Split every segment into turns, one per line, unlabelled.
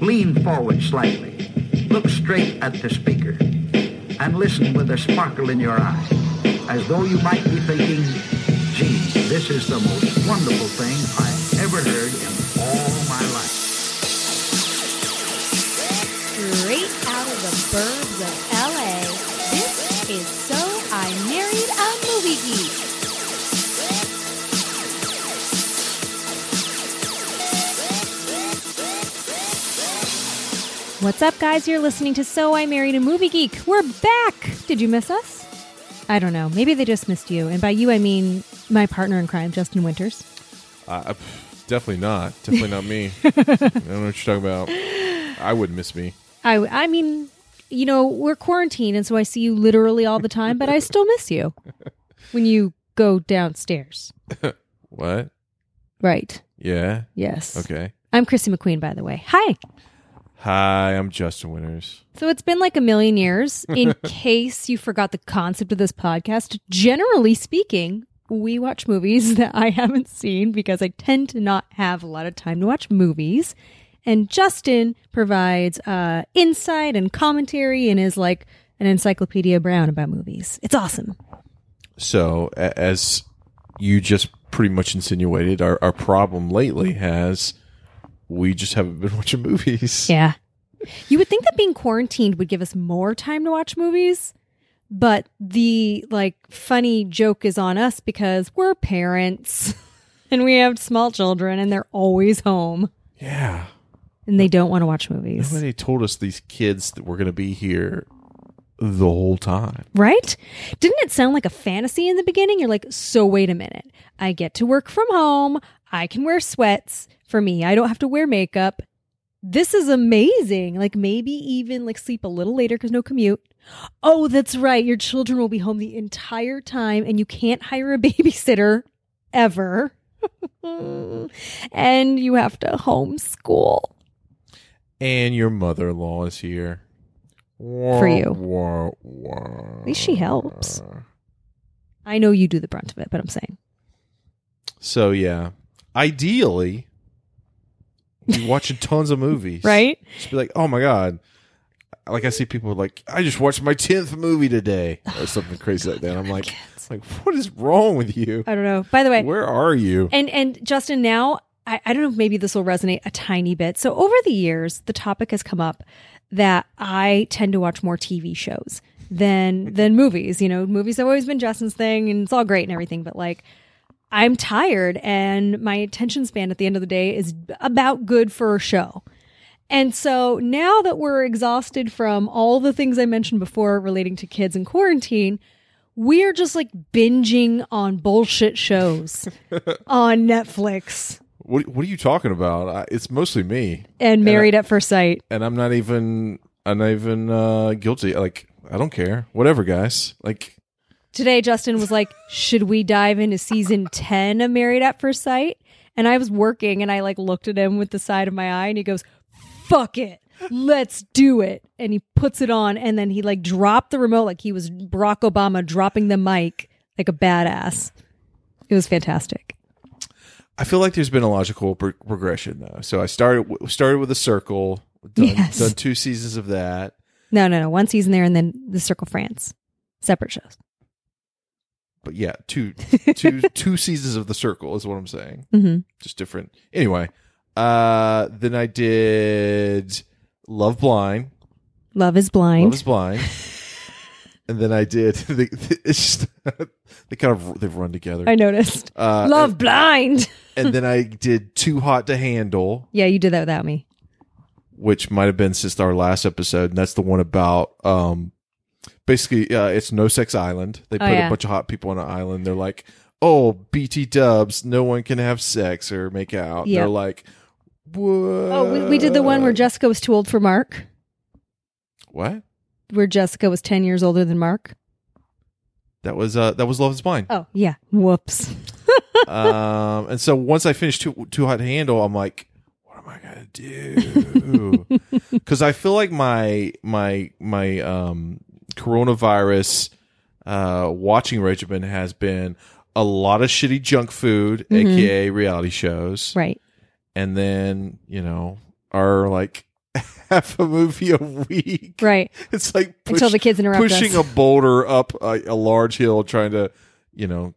Lean forward slightly. Look straight at the speaker. And listen with a sparkle in your eye, as though you might be thinking, gee, this is the most wonderful thing I've ever heard in all my life.
Straight out of the burbs of LA, this is So I Married a Movie Geek.
What's up, guys? You're listening to So I Married a Movie Geek. We're back! Did you miss us? I don't know. Maybe they just missed you. And by you, I mean my partner in crime, Justin Winters.
Uh, pff, definitely not. Definitely not me. I don't know what you're talking about. I would miss me.
I, I mean, you know, we're quarantined, and so I see you literally all the time, but I still miss you when you go downstairs.
What?
Right.
Yeah.
Yes.
Okay.
I'm Chrissy McQueen, by the way. Hi.
Hi, I'm Justin Winters.
So it's been like a million years. In case you forgot the concept of this podcast, generally speaking, we watch movies that I haven't seen because I tend to not have a lot of time to watch movies. And Justin provides uh, insight and commentary and is like an encyclopedia brown about movies. It's awesome.
So, a- as you just pretty much insinuated, our, our problem lately has we just haven't been watching movies.
Yeah. You would think that being quarantined would give us more time to watch movies, but the like funny joke is on us because we're parents and we have small children and they're always home
Yeah.
and they don't want to watch movies.
Nobody told us these kids that we're going to be here the whole time.
Right? Didn't it sound like a fantasy in the beginning? You're like, so wait a minute. I get to work from home. I can wear sweats. For me, I don't have to wear makeup. This is amazing. Like maybe even like sleep a little later because no commute. Oh, that's right. Your children will be home the entire time and you can't hire a babysitter ever. and you have to homeschool.
And your mother in law is here.
For you.
Wah, wah,
At least she helps. I know you do the brunt of it, but I'm saying.
So yeah, ideally, you're watching tons of movies,
Right?
Just be like, oh my god, like I see people like, I just watched my tenth movie today
Oh
or something crazy like that. I'm like, like what is wrong with you?
I don't know. By the way,
Where are you?
And and Justin, now I, I don't know if maybe this will resonate a tiny bit. So over the years, the topic has come up that I tend to watch more TV shows than than movies. You know, movies have always been Justin's thing, and it's all great and everything. But like, I'm tired, and my attention span at the end of the day is about good for a show. And so now that we're exhausted from all the things I mentioned before relating to kids in quarantine, we're just like binging on bullshit shows on Netflix
What What are you talking about? I, it's mostly me,
and Married at First Sight.
and I'm not even I'm not even uh, guilty. Like I don't care. Whatever, guys. Like
Today, Justin was like, Should we dive into season 10 of Married at First Sight? And I was working and I like looked at him with the side of my eye and he goes, Fuck it. Let's do it. And he puts it on and then he like dropped the remote like he was Barack Obama dropping the mic like a badass. It was fantastic.
I feel like there's been a logical pro- progression though. So I started w- started with a circle. Done,
Yes.
done two seasons of that.
No, no, no. One season there and then The Circle France. Separate shows.
but yeah, two two two seasons of the circle is what I'm saying.
Mm-hmm.
Just different. Anyway, uh then I did Love Blind.
Love is Blind.
Love is blind. and then I did the, the, it's just they kind of they've run together.
I noticed.
uh,
Love Blind.
And, then I did Too Hot to Handle,
yeah, you did that without me.
which might have been since our last episode, and that's the one about um basically uh, it's No Sex Island. They
Oh,
put
yeah.
a bunch of hot people on an island. They're like, oh, BT dubs, no one can have sex or make out.
Yeah.
They're like, what?
Oh, we, we did the one where Jessica was too old for Mark,
what?
where Jessica was 10 years older than Mark.
That was uh, that was Love Is Blind.
Oh, yeah. Whoops.
um, and so once I finished too too hot to handle, I'm like, what am I gonna do? Because I feel like my my my um coronavirus uh watching regimen has been a lot of shitty junk
Mm-hmm.
food, aka reality shows,
Right.
and then you know our like half a movie a week.
Right.
It's like push,
Until the kids interrupt
pushing
us.
a boulder up a, a large hill, trying to, you know,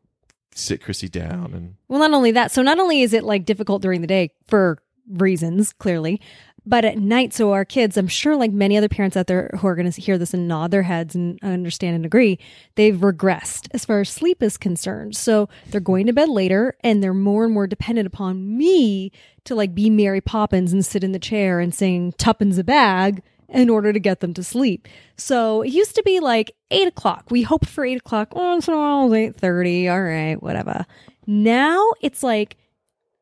sit Chrissy down. And
Well, not only that, so not only is it like difficult during the day for reasons, clearly, but at night, so our kids, I'm sure like many other parents out there who are going to hear this and nod their heads and understand and agree, they've regressed as far as sleep is concerned. So they're going to bed later and they're more and more dependent upon me to like be Mary Poppins and sit in the chair and sing Tuppence a Bag in order to get them to sleep. So it used to be like eight o'clock. We hoped for eight o'clock. Oh, Once in a while, eight thirty. All right, whatever. Now it's like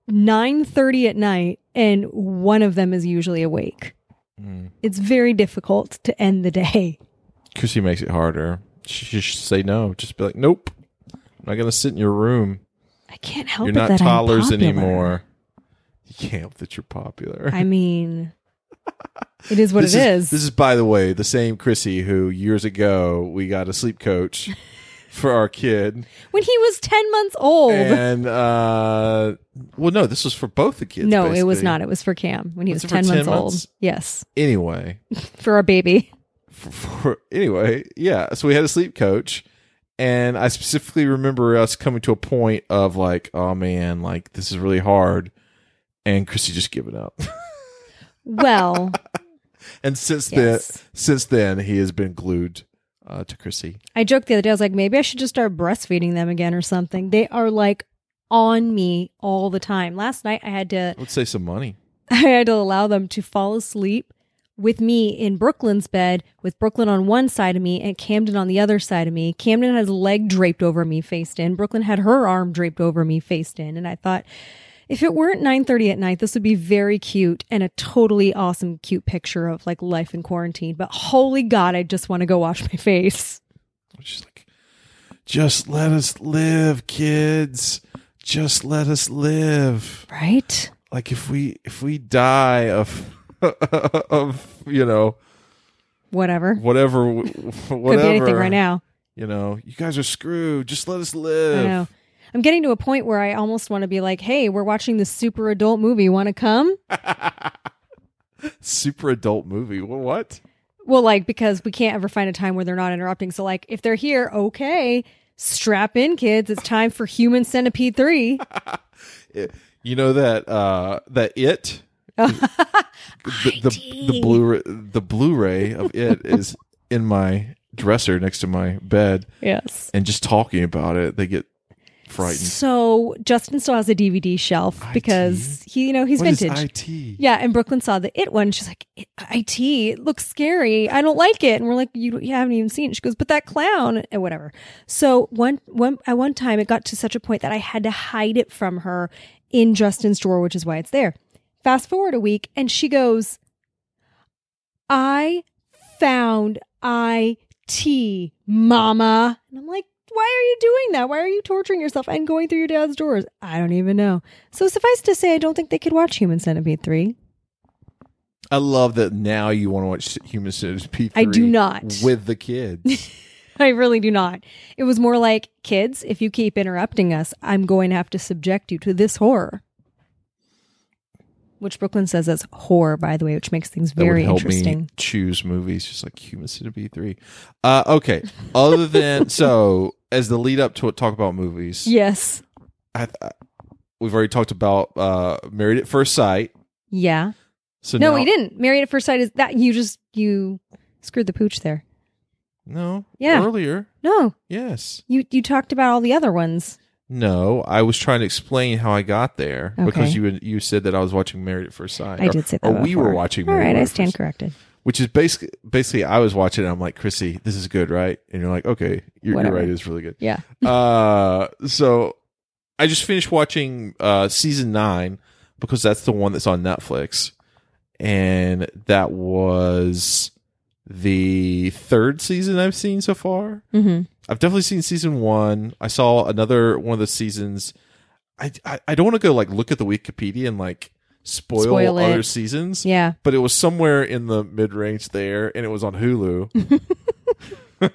nine thirty at night, and one of them is usually awake.
Hmm.
It's very difficult to end the day.
Chrissy makes it harder. She she should say no. Just be like, nope. I'm not going to sit in your room.
I can't help
You're
it
not
that I'm
toddlers
popular.
anymore. You can't help that you're popular.
I mean, it is what
this
it
is,
is.
This is, by the way, the same Chrissy who years ago we got a sleep coach for our kid,
When he was ten months old.
and uh, well, no, this was for both the kids.
no, it was
basically.
not. It was for Cam when he was
Was it for
ten
10
months,
months?
old. Yes,
Anyway,
for our baby.
for, for anyway, yeah. So we had a sleep coach, and I specifically remember us coming to a point of like, oh man, like this is really hard, and Chrissy just giving up.
Well,
and since
Yes.
then, since then, he has been glued uh, to Chrissy.
I joked the other day. I was like, maybe I should just start breastfeeding them again or something. They are like on me all the time. Last night I had to
Let's say some money.
I had to allow them to fall asleep with me in Brooklyn's bed, with Brooklyn on one side of me and Camden on the other side of me. Camden had his leg draped over me, faced in. Brooklyn had her arm draped over me, faced in. And I thought, if it weren't 9:30 at night, this would be very cute and a totally awesome, cute picture of like life in quarantine. But holy God, I just want to go wash my face.
She's like, just let us live, kids. Just let us live.
Right?
Like if we if we die of of you know
Whatever.
whatever w-
Could
whatever
be anything right now.
You know, you guys are screwed. Just let us
I
live.
know. I'm getting to a point where I almost want to be like, "Hey, we're watching this super adult movie. Want to come?"
Super adult movie. Wha- What?
Well, like because we can't ever find a time where they're not interrupting. So, like if they're here, okay, strap in, kids. It's time for Human Centipede Three.
You know that uh that it the the, the blue the Blu-ray of it is in my dresser next to my bed.
Yes.
and just talking about it, they get frightened.
So Justin still has a DVD shelf because he, you know, he's
What is
vintage.
IT?
Yeah, and Brooklyn saw the it one. She's like, "It- "It it looks scary. I don't like it." And we're like, "You, don't- you haven't even seen." it. She goes, "But that clown and whatever." So one one at one time, it got to such a point that I had to hide it from her in Justin's drawer, which is why it's there. Fast forward a week, and she goes, "I found it, Mama," and I'm like. Why are you doing that? Why are you torturing yourself and going through your dad's drawers? I don't even know. So suffice to say, I don't think they could watch Human Centipede 3.
I love that now you want to watch Human Centipede.
I do
3
not.
with the kids.
I really do not. It was more like, kids, if you keep interrupting us, I'm going to have to subject you to this horror. Which Brooklyn says is horror, by the way, which makes things
That
very
would help
interesting.
me choose movies, just like Human Centipede three. Uh, okay, other than so as the lead up to it, talk about movies.
Yes.
I, I, we've already talked about uh, Married at First Sight.
Yeah.
So
no,
now,
we didn't. Married at First Sight is that you just you screwed the pooch there.
No,
Yeah.
earlier.
No.
Yes.
You you talked about all the other ones.
No, I was trying to explain how I got there because
Okay.
you had- you said that I was watching Married at First Sight.
I
or-
did say that.
Or we were
before.
watching.
All
Married
right,
at
I
First
stand
Sight,
correctly.
Which is basically basically I was watching. it, I'm like Chrissy, this is good, right? And you're like, okay, you're, you're
Whatever.
right. It's really good.
Yeah.
uh, so I just finished watching uh season nine because that's the one that's on Netflix, and that was the third season I've seen so far.
Mm-hmm.
I've definitely seen season one. I saw another one of the seasons. I I, I don't want to go like look at the Wikipedia and like spoil,
Spoil it.
other seasons.
Yeah.
But it was somewhere in the mid range there, and it was on Hulu. and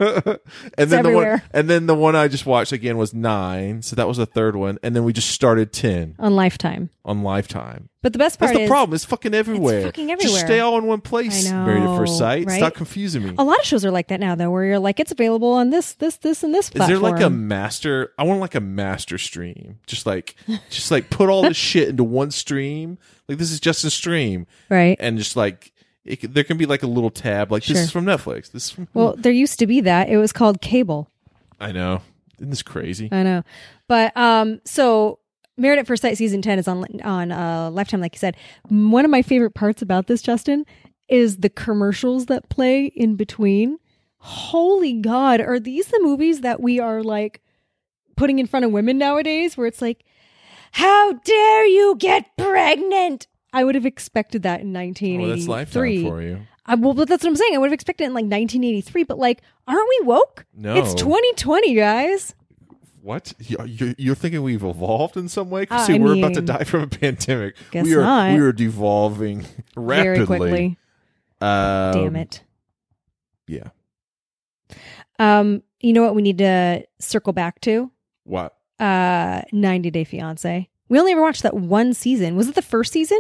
then the one,
everywhere.
and then the one I just watched again was nine. So that was the third one, and then we just started ten
on Lifetime.
on Lifetime.
But the best part
That's the
is
problem. It's fucking everywhere.
fucking
Just
everywhere.
stay all in one place.
I
Married at
know,
first sight.
right?
Stop confusing me.
a lot of shows are like that now, though, where you're like, it's available on this, this, this, and this
Is there
platform.
like a master? I want like a master stream. Just like, just like put all this shit into one stream. Like this is just a stream,
right?
and just like it, c- there can be like a little tab. Like
Sure.
this is from Netflix. This is from.
Well, there used to be that. It was called cable.
I know. Isn't this crazy?
I know, but um, so Married at First Sight season ten is on on uh, Lifetime, like you said. One of my favorite parts about this, Justin, is the commercials that play in between. Holy God, are these the movies that we are like putting in front of women nowadays? Where it's like, how dare you get pregnant? I would have expected that in
well,
1983.
Oh, that's lifetime for you.
I, well, but that's what I'm saying. I would have expected it in like 1983, but like, aren't we woke?
No.
It's 2020, guys.
What You- you- you're thinking? We've evolved in some way? 'Cause
Uh, I
See, we're about to
mean,
die from a pandemic.
guess
we are
not.
we are devolving rapidly.
Very quickly.
Um,
Damn it.
Yeah.
Um, you know what we need to circle back to?
What?
Uh 90 Day Fiance. We only ever watched that one season. Was it the first season?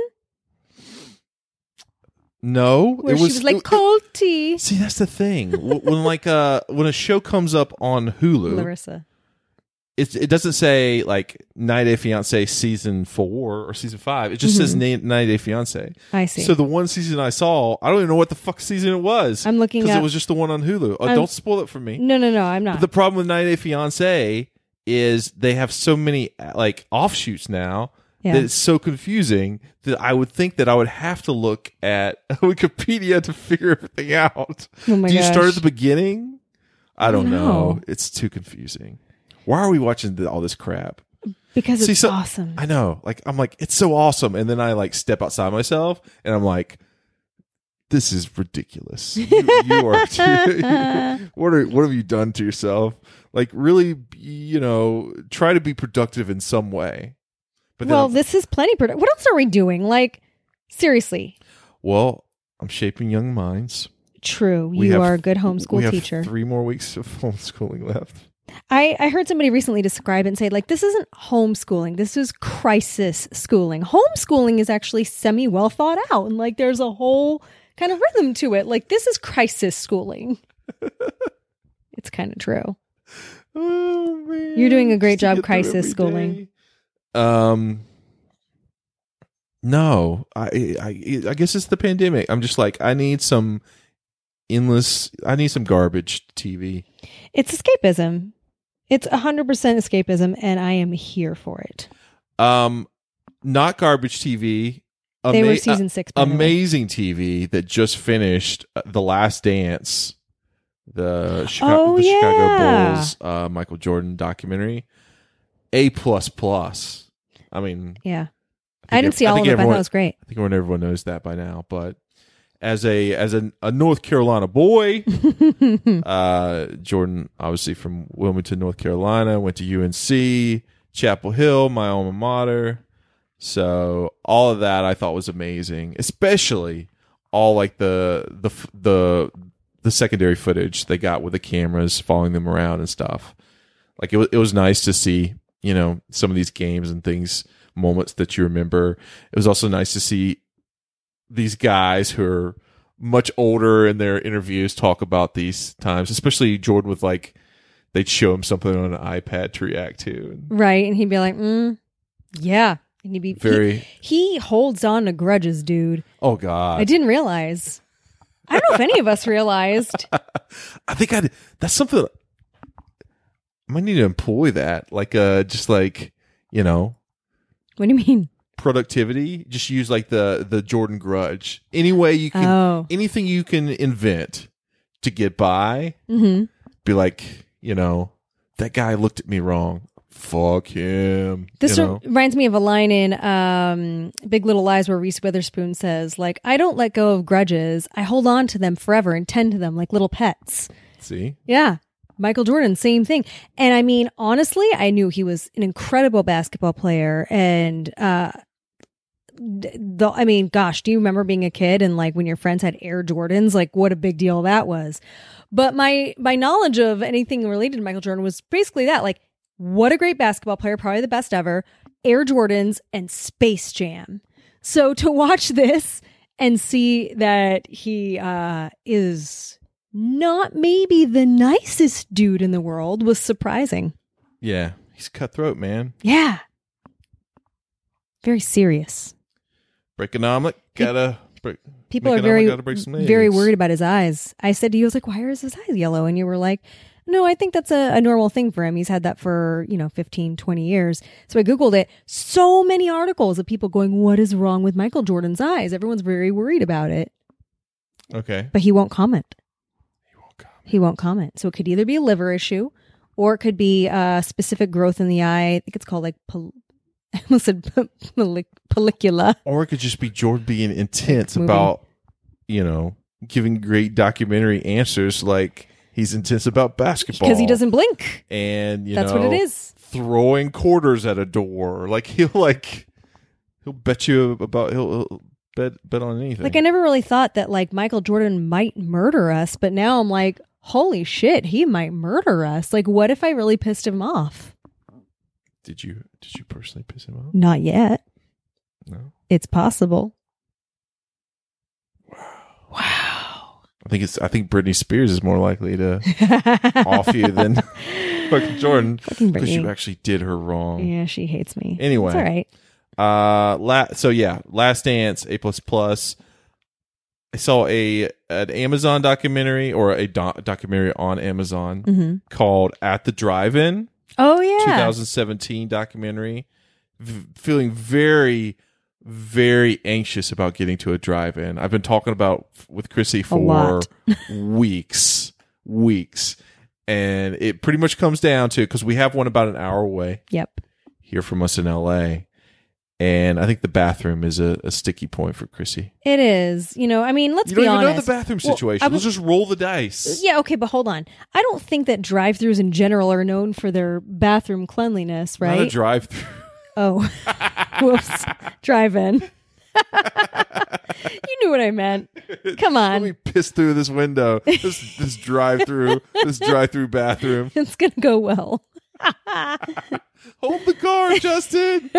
No,
Where she was like
it-
cold tea.
See, that's the thing. W- when like uh when a show comes up on Hulu,
Larissa.
it it doesn't say like 90 Day Fiance season 4 or season 5. It just says Na-
Mm-hmm.
90 Day Fiance.
I see.
So the one season I saw, I don't even know what the fuck season it was.
I'm looking
cuz
up-
it was just the one on Hulu. Oh,
I'm-
don't spoil it for me.
no, no, no, I'm
But
not.
the problem with 90 Day Fiance is they have so many uh, like offshoots now
Yeah.
that it's so confusing that I would think that I would have to look at Wikipedia to figure everything out.
Oh my
Do you start
gosh.
at the beginning? I don't know.
know.
It's too confusing. Why are we watching th- all this crap?
because it's
so-
awesome.
I know. Like I'm like it's so awesome, and then I like step outside myself, and I'm like, this is ridiculous. You, you are. what are what have you done to yourself? Like really, you know, try to be productive in some way. But then
well,
I'm,
this is plenty productive. What else are we doing? Like, seriously.
well, I'm shaping young minds.
True.
We
you
have-
are a good
we
homeschool
have
teacher.
Three more weeks of homeschooling left.
I, I heard somebody recently describe it and say, like, this isn't homeschooling. This is crisis schooling. Homeschooling is actually semi well thought out. And, like, there's a whole kind of rhythm to it. Like, this is crisis schooling. it's kind of true.
Oh man,
You're doing a great
just
job
to get through
crisis
every
schooling.
day. Um, no, I, I, I guess it's the pandemic. I'm just like, I need some endless. I need some garbage TV.
It's escapism. It's 100% escapism. And I am here for it.
Um, not garbage TV.
They were
ama-
season six.
a-
By the way.
amazing TV that just finished uh, the Last Dance. The, Chicago,
Oh,
the Chicago
yeah.
Bulls, uh, Michael Jordan documentary, A plus plus. I mean,
Yeah.
think
I, didn't
ev-
see all of
think
it, but I
everyone-
thought it was great.
I think everyone, everyone knows that by now. But as a as an, a North Carolina boy, uh, Jordan obviously from Wilmington, North Carolina, went to UNC, Chapel Hill, my alma mater. So all of that I thought was amazing, especially all like the the f- the the secondary footage they got with the cameras following them around and stuff. Like it was it was nice to see you know some of these games and things moments that you remember. It was also nice to see these guys who are much older in their interviews talk about these times, especially Jordan with like they'd show him something on an iPad to react to. And
Right. And he'd be like, mm, yeah. And he'd be
very
He holds on to grudges, dude.
oh god.
I didn't realize. I don't know if any of us realized.
I think I that's something I might need to employ that. Like uh just like, you know,
What do you mean?
productivity. Just use like the the Jordan grudge. Any way you can
Oh.
anything you can invent to get by,
hmm
be like, you know, that guy looked at me wrong. Fuck him.
This
you
re-
know?
reminds me of a line in um, Big Little Lies where Reese Witherspoon says, "Like I don't let go of grudges. I hold on to them forever and tend to them like little pets."
See?
Yeah. Michael Jordan, same thing. And I mean, honestly, I knew he was an incredible basketball player and uh, d- the I mean, gosh, do you remember being a kid and like when your friends had Air Jordans? Like what a big deal that was. But my my knowledge of anything related to Michael Jordan was basically that like what a great basketball player, probably the best ever, Air Jordans and Space Jam. So to watch this and see that he uh is not maybe the nicest dude in the world was surprising.
Yeah, he's cutthroat, man.
Yeah. Very serious.
Breakonomic, gotta break.
People are
Make an
very
avocado, break some
very
eggs.
worried about his eyes. I said to you, I was like, why are his eyes yellow? And you were like, no, I think that's a, a normal thing for him. He's had that for, you know, 15, 20 years. So I Googled it. So many articles of people going, what is wrong with Michael Jordan's eyes? Everyone's very worried about it,
Okay.
but he won't comment.
He won't come.
He won't comment. So it could either be a liver issue or it could be a specific growth in the eye. I think it's called like, pol- I almost said p- pelic- pellicula.
Or it could just be Jordan being intense
Moving.
about, you know, giving great documentary answers like he's intense about basketball.
because he doesn't blink.
And, you
That's
know,
what it is.
throwing quarters at a door. Like he'll like he'll bet you about he'll, he'll bet bet on anything.
Like I never really thought that like Michael Jordan might murder us, but now I'm like, holy shit, he might murder us. Like, what if I really pissed him off?
did you did you personally piss him off?
Not yet.
No.
It's possible.
I think it's I think Britney Spears is more likely to off you than fucking Jordan
Fucking
because you
Britney.
actually did her wrong.
Yeah, she hates me.
Anyway.
it's all right.
Uh, la- so yeah, Last Dance, A plus plus. I saw a an Amazon documentary or a do- documentary on Amazon
Mm-hmm.
called At the Drive-In,
Oh yeah,
2017 documentary. V- feeling very, very anxious about getting to a drive-in. I've been talking about f- with Chrissy for
lot.
weeks, weeks, and it pretty much comes down to because we have one about an hour away
yep.
here from us in LA. And I think the bathroom is a, a sticky point for Chrissy.
It is. You know, I mean, let's
you
be
don't even
honest.
know the bathroom
Well,
situation.
I
Let's just roll the dice.
Yeah, okay, but hold on. I don't think that drive-throughs in general are known for their bathroom cleanliness, right?
Not a drive through.
Oh, whoops. Drive in. you knew what I meant. Come
Let
on.
me piss through this window. This this drive through. this drive through bathroom.
It's going to go well.
Hold the car, Justin.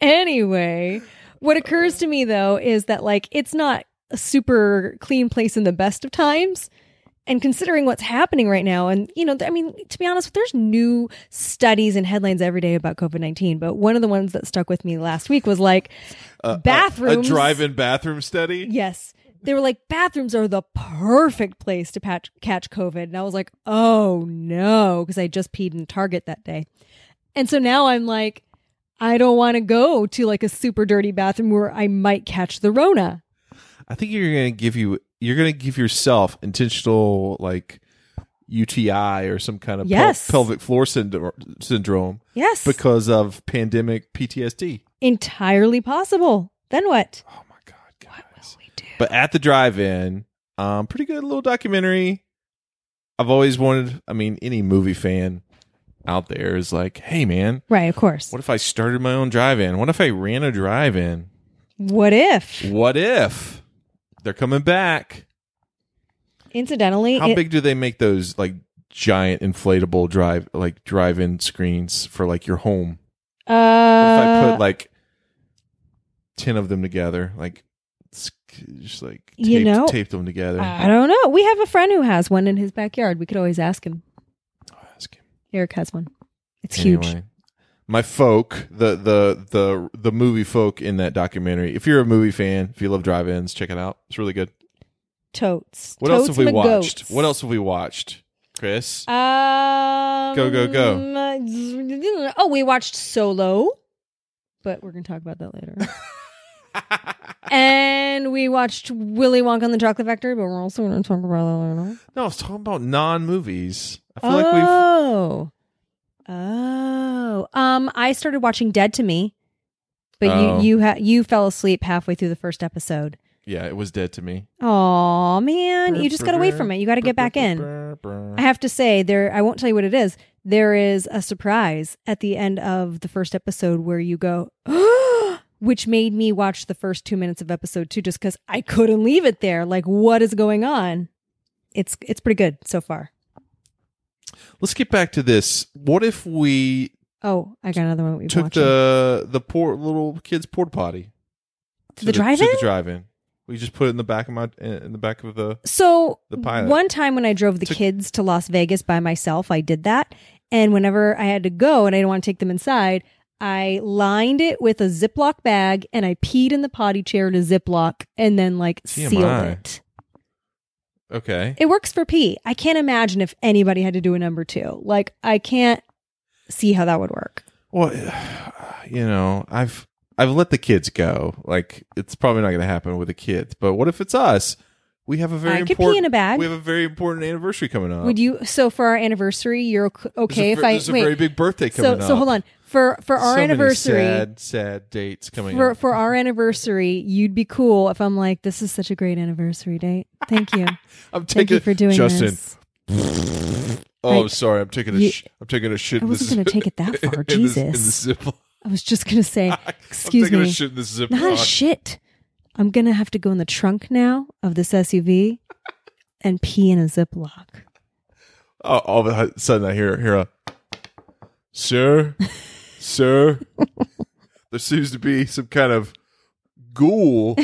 Anyway, what occurs to me though is that, like, it's not a super clean place in the best of times. And considering what's happening right now, and, you know, th- I mean, to be honest, there's new studies and headlines every day about COVID 19. But one of the ones that stuck with me last week was like, bathrooms.
A drive-in bathroom study.
Yes. They were like, bathrooms are the perfect place to patch, catch COVID. And I was like, oh no, because I just peed in Target that day. And so now I'm like, I don't want to go to like a super dirty bathroom where I might catch the Rona.
I think you're gonna give you. You're gonna give yourself intentional like UTI or some kind of pel-
Yes.
pelvic floor syndro- syndrome
Yes.
because of pandemic PTSD.
entirely possible. Then what?
Oh my god, guys!
We do.
But at the drive-in, um, pretty good little documentary. I've always wanted. I mean, any movie fan out there is like, hey man,
Right, of course.
what if I started my own drive-in? What if I ran a drive-in?
What if?
What if they're coming back?
Incidentally,
How
it-
big do they make those like giant inflatable drive like drive-in screens for like your home?
uh,
What if I put like ten of them together, like s- just like taped,
You know,
taped them together?
I don't know. We have a friend who has one in his backyard. We could always ask him.
Ask him.
Eric has one. It's huge.
Anyway, my folk, the the the the movie folk in that documentary. If you're a movie fan, if you love drive-ins, check it out. It's really good.
Totes.
What
Totes
else have we watched?
McGoats.
What else have we watched, Chris?
Um,
Go, go, go.
Oh, we watched Solo, but we're going to talk about that later. and we watched Willy Wonka and the Chocolate Factory, but we're also going to talk about that later.
No, I was talking about non-movies. I feel like we've
Oh. Oh. Um, I started watching Dead to Me, but
Oh.
you you ha- you fell asleep halfway through the first episode.
Yeah, it was dead to me.
Oh man, you just got away from it. You got to get back in. I have to say there I won't tell you what it is. There is a surprise at the end of the first episode where you go, which made me watch the first two minutes of episode two just because I couldn't leave it there. Like, what is going on? It's it's pretty good so far.
Let's get back to this. What if we
Oh, I got another one we've
took
watched.
the the poor little kid's porta potty
To the drive-in?
To the drive-in. We just put it in the back of my in the back of the.
So
The pilot.
one time when I drove the
Took-
kids to Las Vegas by myself, I did that. And whenever I had to go and I didn't want to take them inside, I lined it with a Ziploc bag and I peed in the potty chair in a Ziploc and then like sealed
TMI.
it.
Okay.
It works for pee. I can't imagine if anybody had to do a number two. Like I can't see how that would work.
Well, you know, I've I've let the kids go. Like it's probably not going to happen with the kids. But what if it's us? We have a very
I could pee
important.
in a bag.
We have a very important anniversary coming up.
Would you? So for our anniversary, you're ok-
Oh. There's a
okay
ver-
if I
there's a
wait.
very big birthday
so
coming up.
so hold on for for our
So many
anniversary.
sad, sad dates coming
for
up.
for our anniversary, you'd be cool if I'm like, this is such a great anniversary date. Thank you,
I'm taking
thank you for doing
Justin.
this.
Oh,
I-
I'm sorry. I'm taking a.
You-
sh- I'm taking a shit.
I
in
wasn't
this-
gonna take it that far,
in this- in
Jesus.
the Ziploc.
I was just gonna say, excuse
I'm taking
me,
a shit in the Ziploc.
not a shit. I'm gonna have to go in the trunk now of this SUV and pee in a Ziploc.
Oh, all of a sudden, I hear hear a, sir, sir. there seems to be some kind of ghoul,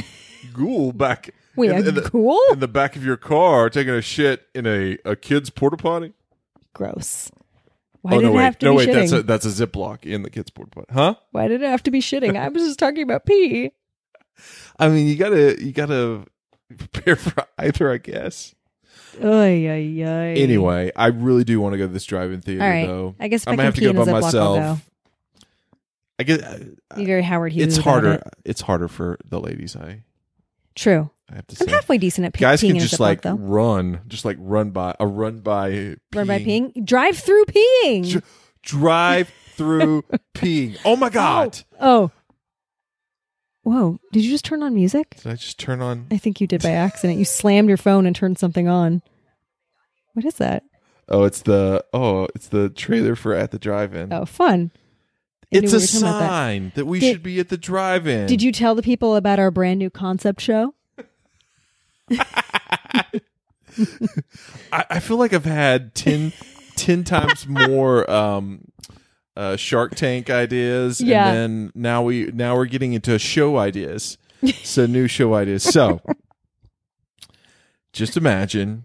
ghoul back.
Wait,
in,
a
in the,
ghoul?
in the back of your car, taking a shit in a, a kid's porta potty.
Gross. Why
oh
did
no,
it
wait,
have to
no
be
wait,
shitting?
that's a that's a ziploc in the kid's porta potty, huh?
Why did it have to be shitting? I was just talking about pee.
I mean, you gotta you gotta prepare for either, I guess.
Ay, ay, ay.
Anyway, I really do want to go to this drive-in theater
all right.
though.
I guess if
I'm
I can
gonna have to
pee
go
in
by
a Ziploc, I'll
myself.
go.
I guess
You're very Howard Hughes.
it's
about
harder.
it.
It's harder for the ladies. I
True.
I have to say,
I'm halfway decent at pe-
guys
peeing in
can
a
just
Ziploc,
like
though.
run, just like run by a run by peeing.
Run by peeing. Drive through peeing.
Dr- drive through peeing. Oh my god!
oh. Whoa. Did you just turn on music?
Did I just turn on?
I think you did by accident. You slammed your phone and turned something on. What is that?
Oh, it's the oh, it's the trailer for at the drive-in.
Oh, fun. I
it's
knew we
a
were talking about that.
sign that. we
Did-
should be at the drive-in.
Did you tell the people about our brand new concept show?
I, I feel like I've had 10, 10 times more um, uh, Shark Tank ideas,
Yeah.
and then now we now we're getting into show ideas. So new show ideas. So just imagine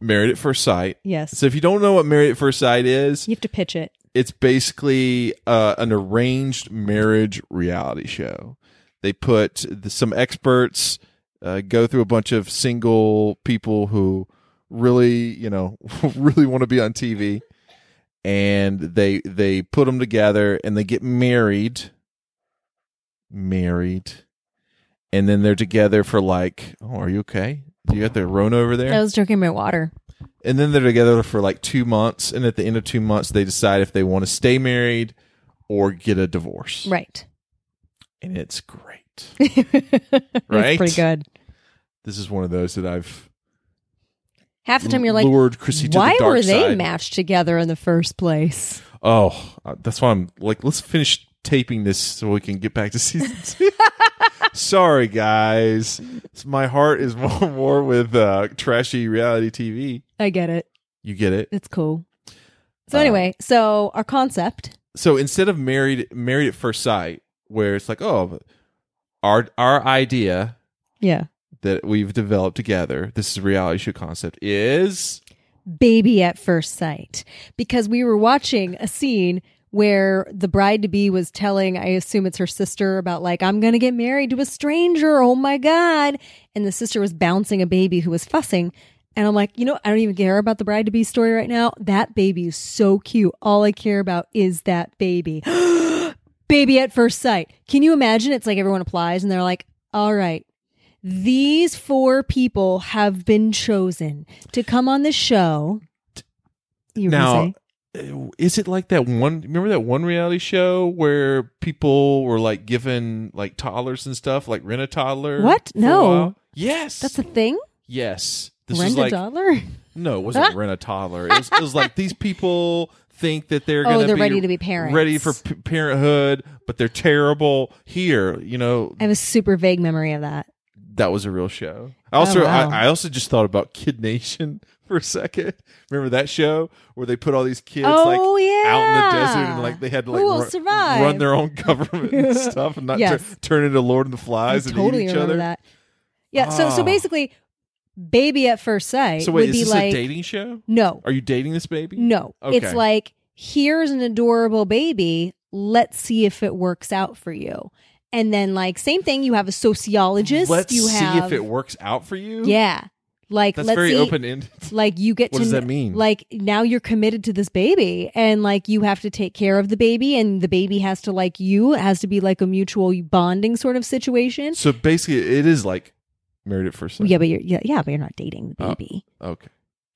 Married at First Sight.
Yes.
So if you don't know what Married at First Sight is,
You have to pitch it.
it's basically uh, an arranged marriage reality show. They put the, some experts uh, go through a bunch of single people who really, you know, really want to be on TV, and they they put them together and they get married, married, and then they're together for like, oh, are you okay? Do you got the Rona over there?
I was drinking my water.
and then they're together for like two months and at the end of two months they decide if they want to stay married or get a divorce
Right.
and it's great
That's
Right?
pretty good.
this is one of those that i've
Half the time you're like,
lured chrissy to
why
the dark
were they
side.
matched together in the first place?
oh uh, that's why i'm like let's finish taping this so we can get back to season two sorry guys my heart is more and more with uh, trashy reality tv
I get it.
you get it
It's cool. So
Uh,
anyway, so our concept.
so instead of married married at first sight where it's like oh our our idea
Yeah.
that we've developed together. This is a reality show concept. Is
Baby at first sight. Because we were watching a scene where the bride to be was telling, I assume it's her sister, about like, I'm going to get married to a stranger. Oh my God. And the sister was bouncing a baby who was fussing. And I'm like, you know, I don't even care about the bride to be story right now. That baby is so cute. All I care about is that baby. baby at first sight. Can you imagine? It's like everyone applies and they're like, all right, these four people have been chosen to come on the show. You were gonna
now eh,
say?
is it like that one remember that one reality show where people were like given like toddlers and stuff like rent a toddler
What?
for a
No.
while? yes
that's a thing.
yes this
Rent
is
a
like
toddler.
No, it wasn't rent a toddler. It was, it was like these people think that they're
Oh,
gonna
they're
be
ready to be parents.
ready for p- parenthood, but they're terrible. Here, you know,
I have a super vague memory of that.
that was a real show. I also,
Oh, wow.
I, I also just thought about Kid Nation for a second. Remember that show where they put all these kids like
Oh,
out in the
yeah.
desert and like they had to like
Who will
ru-
survive?
run their own government and stuff and not tur-
Yes.
turn into Lord of the
I
Flies and
totally
eat each
remember
other.
that. Yeah. So so
Ah.
basically, baby at first sight
So wait,
would
is
be
this
like
a dating show?
no,
Are you dating this baby?
no. It's
Okay.
like here's an adorable baby. Let's see if it works out for you. And then like same thing. You have a sociologist.
Let's
you
see
have
if it works out for you.
yeah. Like
That's
let's
very
see.
open ended.
Like you get
What
to
does that
kn-
mean?
Like now you're committed to this baby, and like you have to take care of the baby, and the baby has to like you. It has to be like a mutual bonding sort of situation.
So basically, it is like married at first sight.
Yeah, but you're yeah, yeah, but you're not dating the
Oh.
baby.
Okay.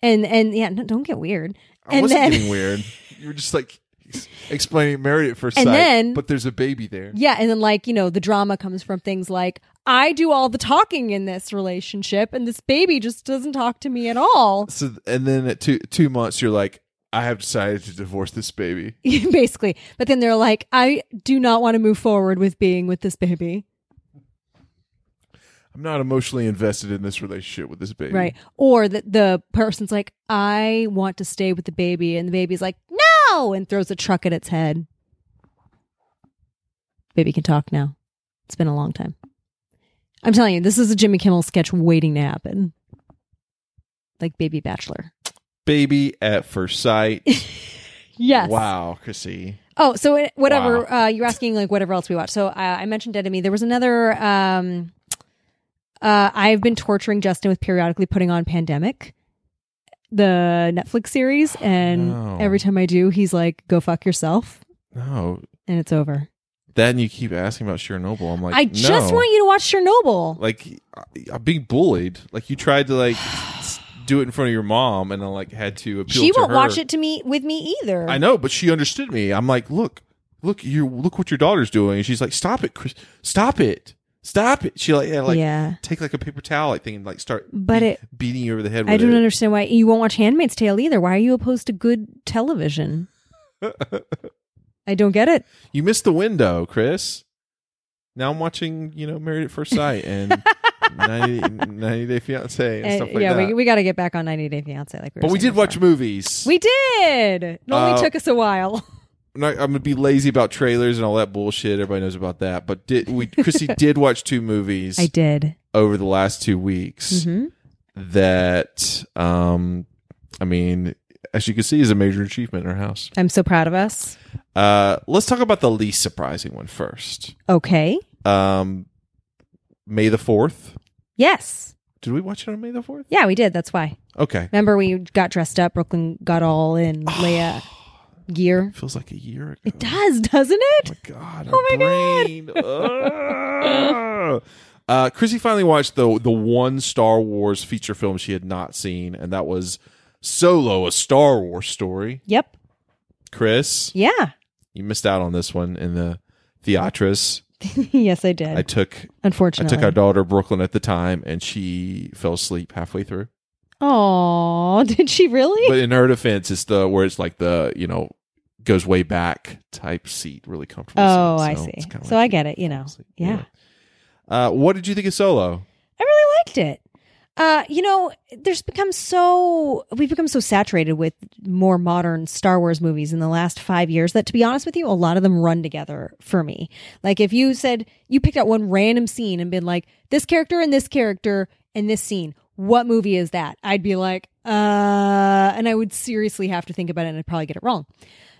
And and yeah, no, don't get weird.
I
And
wasn't
then-
getting weird. You were just like ex- explaining married at first
And
sight,
then-
but there's a baby there.
Yeah, and then like, you know, the drama comes from things like I do all the talking in this relationship and this baby just doesn't talk to me at all.
So th- and then at two two months, you're like, I have decided to divorce this baby.
Basically. But then they're like, I do not want to move forward with being with this baby.
I'm not emotionally invested in this relationship with this baby.
Right. Or that the person's like, I want to stay with the baby and the baby's like, No and throws a truck at its head. Baby can talk now. It's been a long time. I'm telling you, this is a Jimmy Kimmel sketch waiting to happen. Like Baby Bachelor.
Baby at first sight.
Yes.
Wow, Chrissy.
Oh, so it- whatever
Wow.
uh, you're asking, like whatever else we watch. So uh, I mentioned Dead to Me. There was another. Um, uh, I've been torturing Justin with periodically putting on Pandemic, the Netflix series, and
No.
every time I do, he's like, "Go fuck yourself,"
No,
and it's over.
then you keep asking about Chernobyl. I'm like,
I just
no.
want you to watch Chernobyl.
like I- I'm being bullied. Like you tried to like s- do it in front of your mom, and I like had to appeal.
she
to
won't
her.
watch it to me with me either.
I know, but she understood me. I'm like, look, look, you look what your daughter's doing. And she's like, stop it, Chris, stop it, stop it. She like, yeah, like
Yeah.
take like a paper towel like thing and like start,
But
beat-
it-
beating you over the head. With
I don't
it.
understand why you won't watch Handmaid's Tale either. Why are you opposed to good television? I don't get it.
You missed the window, Chris. Now I'm watching, you know, Married at First Sight and 90, 90 Day Fiance and
Uh,
stuff like
yeah,
that.
we, we got to get back on 90 Day Fiance. Like, we were
but we
saying
did watch
before.
movies.
We did. It only
Uh,
took us a while.
I'm, not- I'm gonna be lazy about trailers and all that bullshit. Everybody knows about that. But did we? Chrissy did watch two movies
I did.
over the last two weeks.
hmm
That, um, I mean, as you can see, is a major achievement in our house.
I'm so proud of us.
Uh, let's talk about the least surprising one first.
Okay.
Um, May the Fourth.
Yes.
Did we watch it on May the Fourth?
Yeah, we did. That's why.
Okay,
Remember, we got dressed up. Brooklyn got all in Leia gear.
feels like a year ago.
It does, doesn't it?
Oh my god!
Oh
Oh
my God.
my god! uh, Chrissy finally watched the the one Star Wars feature film she had not seen, and that was Solo: A Star Wars Story.
Yep.
Chris,
Yeah.
you missed out on this one in the theatris.
yes, I did.
I took I
Unfortunately.
took our daughter Brooklyn at the time, and she fell asleep halfway through.
Aw, did she really?
But in her defense, it's the where it's like the you know goes way back type seat, really comfortable.
oh,
seat.
I
So
see.
it's kinda
So
like
I
you-
get it. You know.
Sleep.
Yeah.
Uh, what did you think of Solo?
I really liked it. Uh, you know, there's become so we've become so saturated with more modern Star Wars movies in the last five years that, to be honest with you, a lot of them run together for me. Like if you said you picked out one random scene and been like, this character and this character and this scene, what movie is that? I'd be like, uh, and I would seriously have to think about it, and I'd probably get it wrong.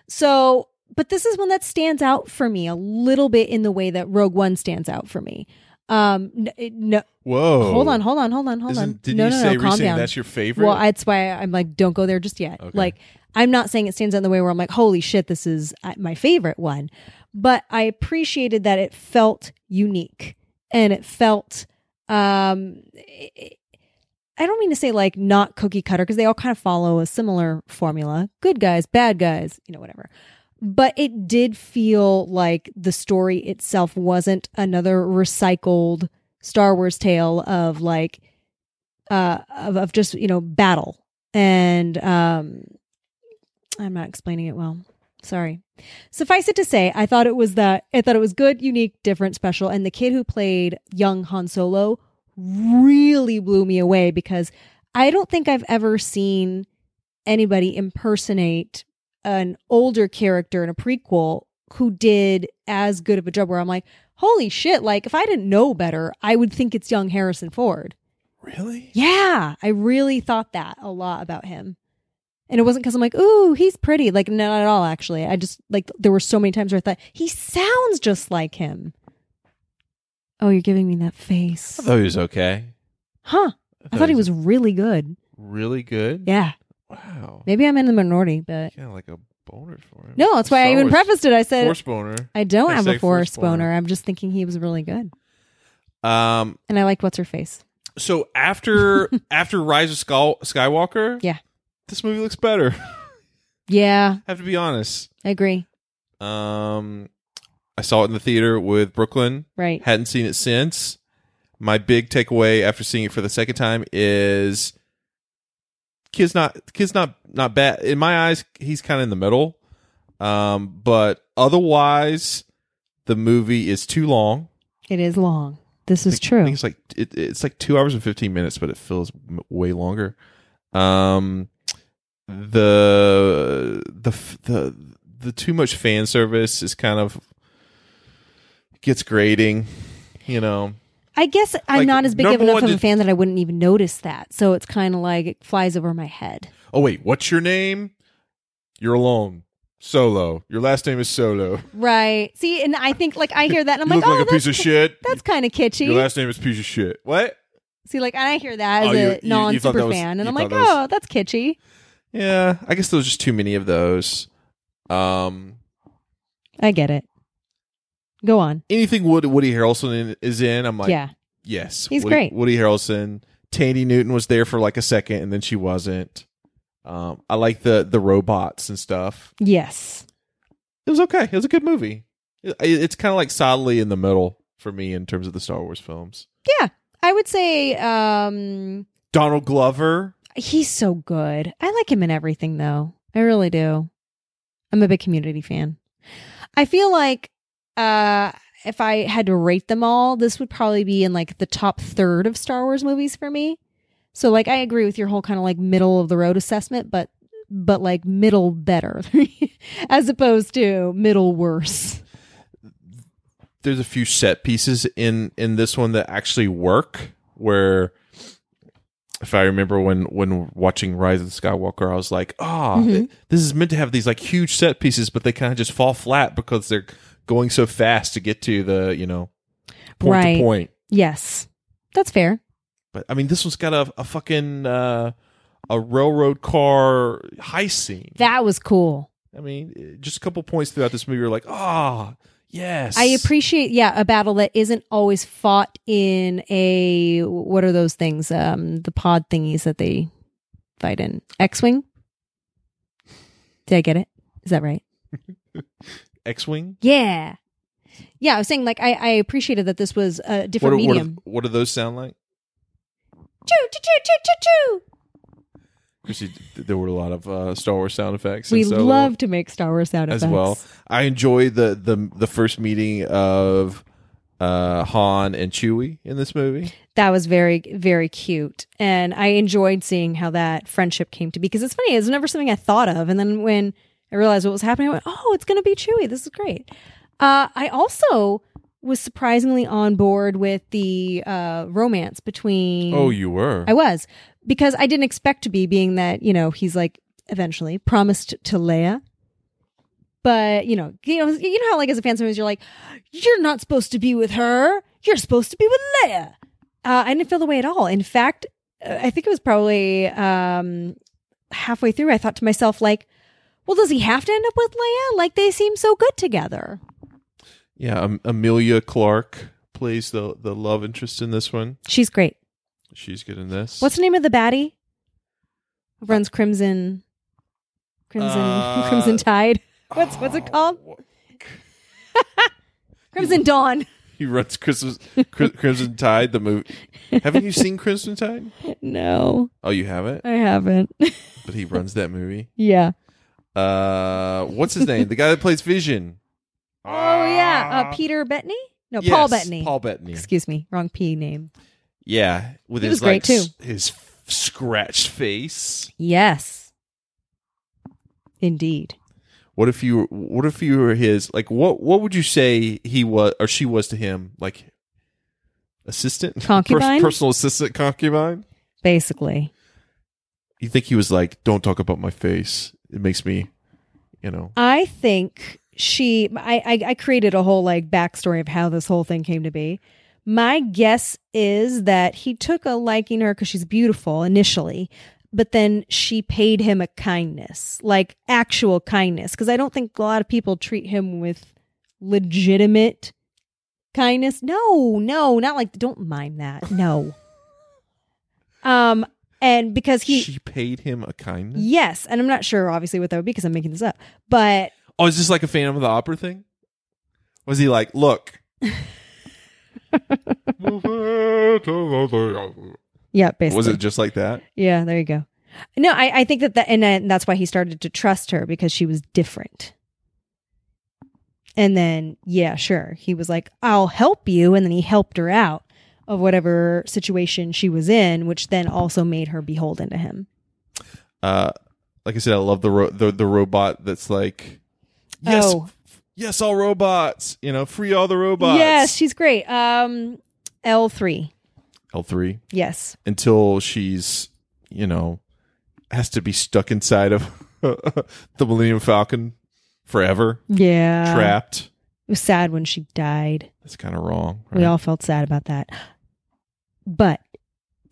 So, but this is one that stands out for me a little bit in the way that Rogue One stands out for me. Um, n- it- no,
Whoa!
Hold on, hold on, hold on, hold on.
Isn't- Did
no,
you
no,
say
no, calm
recently
down.
that's your favorite?
well, that's why I'm like, don't go there just yet. Like, I'm not saying it stands out in the way where I'm like, holy shit, this is uh, my favorite one. But I appreciated that it felt unique and it felt, um, I I don't mean to say like not cookie cutter because they all kind of follow a similar formula good guys, bad guys, you know, whatever but it did feel like the story itself wasn't another recycled Star Wars tale of like uh of, of just you know battle and um, I'm not explaining it well. Sorry. Suffice it to say, I thought it was that I thought it was good, unique, different, special, and the kid who played young Han Solo really blew me away because I don't think I've ever seen anybody impersonate an older character in a prequel who did as good of a job where I'm like, holy shit, like if I didn't know better, I would think it's young Harrison Ford.
Really?
Yeah, I really thought that a lot about him. And it wasn't because I'm like, ooh, he's pretty. Like, no, not at all, actually. I just, like, there were so many times where I thought, he sounds just like him. Oh, you're giving me that face.
I thought he was okay.
Huh. I thought he was really good.
really good.
Yeah.
Wow.
Maybe I'm in the minority, but
Kind of like a boner for him.
no, that's why I
Star
even
Wars
prefaced it. I said,
Force boner.
I don't
I
have
say
a force
force boner.
boner. I'm just thinking he was really good.
Um.
And I liked What's Her Face.
So after after Rise of Skull, Skywalker,
Yeah.
this movie looks better.
Yeah,
I have to be honest.
I agree.
Um, I saw it in the theater with Brooklyn.
Right.
Hadn't seen it since. My big takeaway after seeing it for the second time is kid's not kid's not not bad in my eyes. He's kind of in the middle, um, but otherwise, the movie is too long.
It is long. This is
I
true.
think it's like it, it's like two hours and fifteen minutes, but it feels m- way longer. Um, the the f- the the too much fan service is kind of gets grating, you know.
I guess I'm
Like,
not as big of
number
enough
one
of a
did-
fan that I wouldn't even notice that. So it's kind of like it flies over my head.
Oh wait, what's your name? You're alone, solo. Your last name is Solo.
Right. See, and I think like I hear that and I'm
you
like,
look
oh,
like a
that's,
piece of shit.
that's kind of kitschy.
Your last name is piece of shit. What?
See, like I hear that as
Oh, you- you-
a
you
non
thought that
super
was-
fan, and
you
I'm like,
thought that
oh, that's kitschy.
Yeah, I guess there was just too many of those. Um,
I get it. Go on.
anything Woody, Woody Harrelson in, is in, I'm like,
yeah.
Yes,
He's
Woody,
great.
Woody Harrelson, Tandy Newton was there for like a second, and then she wasn't. Um, I like the the robots and stuff.
Yes.
It was okay. It was a good movie. It- it's kind of like solidly in the middle for me in terms of the Star Wars films.
I would say um
Donald Glover.
he's so good. I like him in everything though. I really do. I'm a big community fan. I feel like uh if I had to rate them all, this would probably be in like the top third of Star Wars movies for me. So like I agree with your whole kind of like middle of the road assessment, but but like middle better as opposed to middle worse.
There's a few set pieces in in this one that actually work. Where, if I remember when when watching Rise of the Skywalker, I was like, ah,
Mhm.
th- this is meant to have these like huge set pieces, but they kind of just fall flat because they're going so fast to get to the you know point
Right.
to point.
Yes. That's fair.
But I mean, this one's got a, a fucking uh, a railroad car heist scene.
That was cool.
I mean, eh, just a couple points throughout this movie, you're like, ah, yes.
I appreciate, yeah, a battle that isn't always fought in a what are those things? Um, the pod thingies that they fight in X-wing. Did I get it? Is that right?
X-wing.
Yeah, yeah. I was saying like I, I appreciated that this was a
What,
different
do- what, do-
medium.
what do those sound like?
Choo choo choo choo choo choo.
Chrissy, th- there were a lot of uh, Star Wars sound effects. in
We
Solo
love to make Star Wars sound
uh, as
effects.
well. I enjoyed the the the first meeting of uh, Han and Chewie in this movie.
that was very very cute and i enjoyed seeing how that friendship came to be because it's funny it was never something i thought of and then when i realized what was happening i went oh it's going to be chewy this is great uh, i also was surprisingly on board with the uh, romance between
Oh, you were.
Mm. i was because i didn't expect to be being that you know he's like eventually promised to leia but you know, you know, you know how like as a fan, sometimes you're like, you're not supposed to be with her. You're supposed to be with Leia. Uh, I didn't feel the way at all. In fact, uh, I think it was probably um, halfway through. I thought to myself, like, well, does he have to end up with Leia? Like they seem so good together.
yeah, um, Amelia Clark plays the the love interest in this one.
She's great.
She's good in this.
What's the name of the baddie? Who Runs Crimson, Crimson,
Uh, Oh,
Crimson Tide. What's what's it called? Crimson Dawn.
he runs Christmas, Cri- Crimson Tide, the movie. Haven't you seen Crimson Tide?
No,
Oh, you haven't?
I haven't.
But he runs that movie.
yeah.
Uh, what's his name? The guy that plays Vision.
Oh yeah, uh, Peter Bettany. No, Paul
Yes,
Bettany.
Paul Bettany.
Excuse me, wrong P name.
Yeah, with
He
his
was great,
like s- his f- scratched face.
Yes, indeed.
What if you? What if you were his? Like, what? What would you say he was or she was to him? Like, assistant, Pers-
Concubine?
personal assistant, concubine.
Basically,
You think he was like, "Don't talk about my face. It makes me, you know."
I think she. I, I I created a whole like backstory of how this whole thing came to be. My guess is that he took a liking to her because she's beautiful initially, but then she paid him a kindness, like actual kindness. Because I don't think a lot of people treat him with legitimate kindness. No, no, not like don't mind that. No. um, and because he.
she paid him a kindness.
Yes, and I'm not sure, obviously, what that would be because I'm making this up. But
Oh, is this like a Phantom of the Opera thing? Was he like, look? was
Yeah, basically.
it just like that?
Yeah, there you go. No, I, I think that, that and then that's why he started to trust her because she was different. And then, yeah, sure. He was like, I'll help you. And then he helped her out of whatever situation she was in, which then also made her beholden to him.
Uh, like I said, I love the ro- the, the robot that's like, yes,
Oh.
f- yes, all robots. You know, free all the robots.
Yes, she's great. Um, L3.
L three
Yes.
until she's you know has to be stuck inside of the Millennium Falcon forever,
Yeah.
trapped.
It was sad when she died.
That's kind of wrong.
We
right?
all felt sad about that. But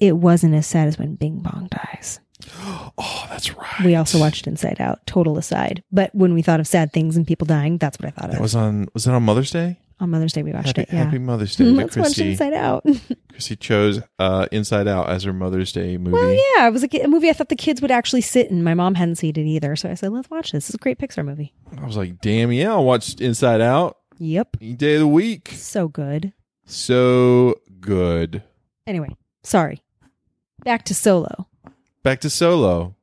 it wasn't as sad as when Bing Bong dies.
oh, that's right.
We also watched Inside Out, total aside. But when we thought of sad things and people dying, that's what I thought of.
That was on was that on Mother's Day?
On Mother's Day, we watched
Happy,
it. Yeah.
Happy Mother's Day. that
Let's watch
Chrissy,
Inside Out.
Chrissy chose uh, Inside Out as her Mother's Day movie.
well, yeah, it was a, ki- a movie I thought the kids would actually sit in. My mom hadn't seen it either. So I said, let's watch this. It's a great Pixar movie.
I was like, damn, yeah, I'll watch Inside Out
Yep.
any day of the week.
So good.
So good.
Anyway, sorry. Back to Solo.
Back to Solo.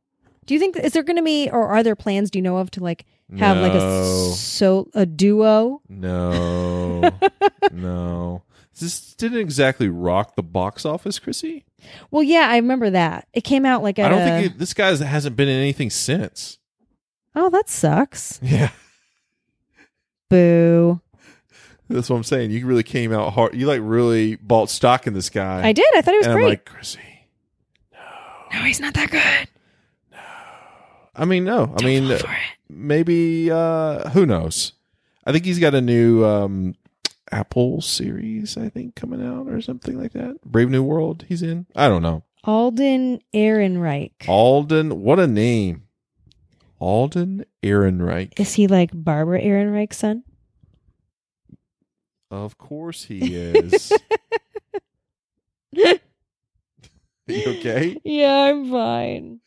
Do you think, is there going to be, or are there plans, do you know of, to like have like a,
No.
so, a duo?
No, no. This didn't exactly rock the box office, Chrissy.
Well, yeah, I remember that. It came out like at
I don't
a,
think it, this guy hasn't been in anything since.
oh, that sucks.
Yeah,
Boo.
that's what I'm saying. You really came out hard. You like really bought stock in this guy.
I did. I thought he was
and
great.
I'm like, Chrissy,
no, he's not that good.
I mean, no. I mean, uh, maybe uh who knows? I think he's got a new um Apple series, I think, coming out or something like that. Brave New World he's in. I don't know.
Alden Ehrenreich.
Alden, what a name. Alden Ehrenreich.
Is he like Barbara Ehrenreich's son?
Of course he is. you okay?
Yeah, I'm fine.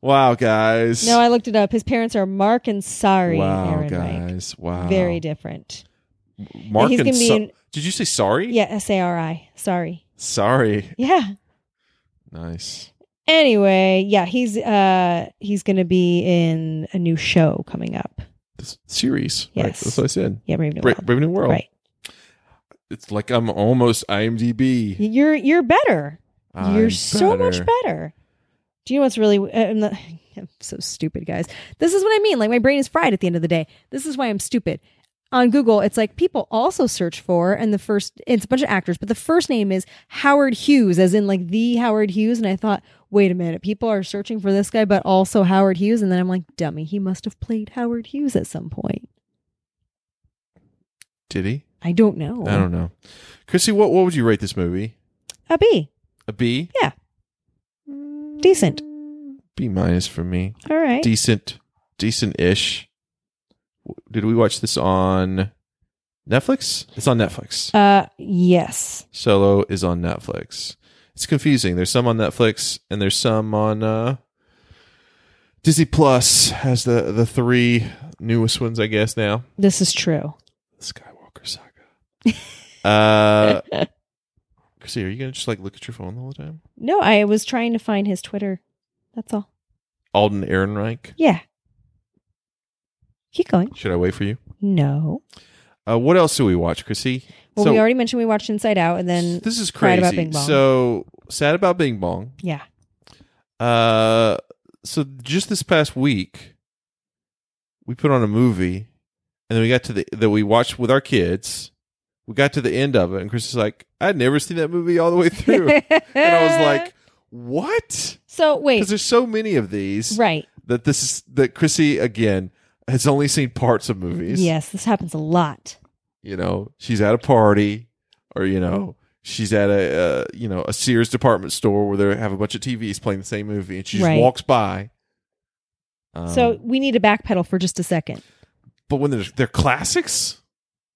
Wow, guys.
No, I looked it up. His parents are Mark and Sari
Wow,
Ehrenreich.
guys. Wow.
Very different.
Mark
He's
and
gonna be
so-
in-
Did you say sorry?
Yeah, S A R I. Sorry.
Sorry.
Yeah.
Nice.
Anyway, yeah, he's uh he's gonna be in a new show coming up.
This series. Right?
Yes.
That's what I said.
Yeah, Brave New
Bra-
World.
Brave New World.
Right.
It's like I'm almost IMDb.
You're you're better.
I'm
You're so much
better.
better. Do you know what's really? uh, I'm, not- I'm so stupid, guys. This is what I mean. Like my brain is fried at the end of the day. This is why I'm stupid. On Google, it's like people also search for, and the first it's a bunch of actors, but the first name is Howard Hughes, as in like the Howard Hughes. And I thought, wait a minute, people are searching for this guy, but also Howard Hughes. And then I'm like, dummy, he must have played Howard Hughes at some point.
Did he?
I don't know.
I don't know. Chrissy, what what would you rate this movie?
A B,
A B?
decent.
B minus for me.
All right.
Decent, decent ish. Did we watch this on Netflix? It's on Netflix.
uh, yes.
Solo is on Netflix. It's confusing. There's some on Netflix and there's some on uh, Disney Plus. Has the the three newest ones, I guess now.
This is true.
Skywalker Saga. Uh, Chrissy, are you gonna just like look at your phone the whole time?
No, I was trying to find his Twitter. That's all.
Alden Ehrenreich.
Yeah. Keep going.
Should I wait for you?
No.
Uh, what else do we watch, Chrissy?
Well,
So-
we already mentioned we watched Inside Out, and then
this is
Cried
crazy.
About Bing Bong.
So sad about Bing Bong.
yeah,
Uh, so just this past week, we put on a movie, and then we got to the that we watched with our kids. We got to the end of it, and Chris is like, "I'd never seen that movie all the way through," and I was like, "What?"
so
Because
wait,
there's so many of these
right?
that this is that Chrissy again has only seen parts of movies.
Yes, this happens a lot.
you know she's at a party or you know she's at a uh, you know a Sears department store where they have a bunch of TVs playing the same movie and she just
Right.
walks by. Um,
so we need to backpedal for just a second.
but when they're they're classics,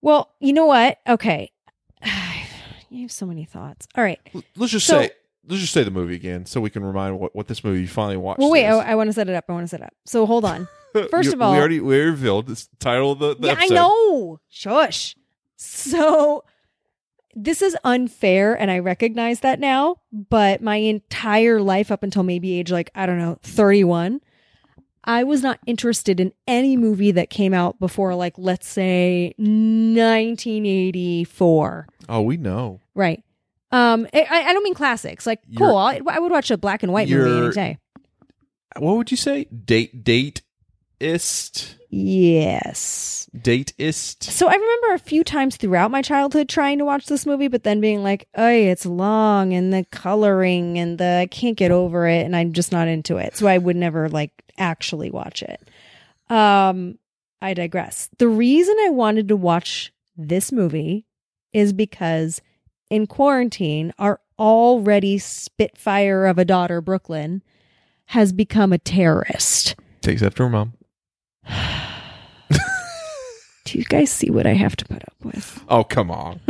Well, you know what? Okay, you have so many thoughts. All right.
L- let's just
So-
say let's just say the movie again so we can remind what what this movie you finally watched.
Well, wait. Oh,
is.
I, I want to set it up. I want to set it up. So hold on. first
You-
of all-
we already we revealed this title of the, the
yeah,
episode.
I know. Shush. So this is unfair, and I recognize that now. But my entire life, up until maybe age like I don't know, thirty-one, I was not interested in any movie that came out before, like let's say nineteen eighty-four.
Oh, we know.
Right. Um, I, I I don't mean classics. Like,
You're-
cool. I, I would watch a black and white movie any
You're-
day.
What would you say? Date dateist
Yes.
dateist.
So I remember a few times throughout my childhood trying to watch this movie, but then being like, "Oh, it's long and the coloring and the I can't get over it, and I'm just not into it." So I would never like actually watch it. Um, I digress. The reason I wanted to watch this movie is because in quarantine, our already spitfire of a daughter, Brooklyn, has become a terrorist.
Takes after her mom.
Do you guys see what I have to put up with?
Oh come on.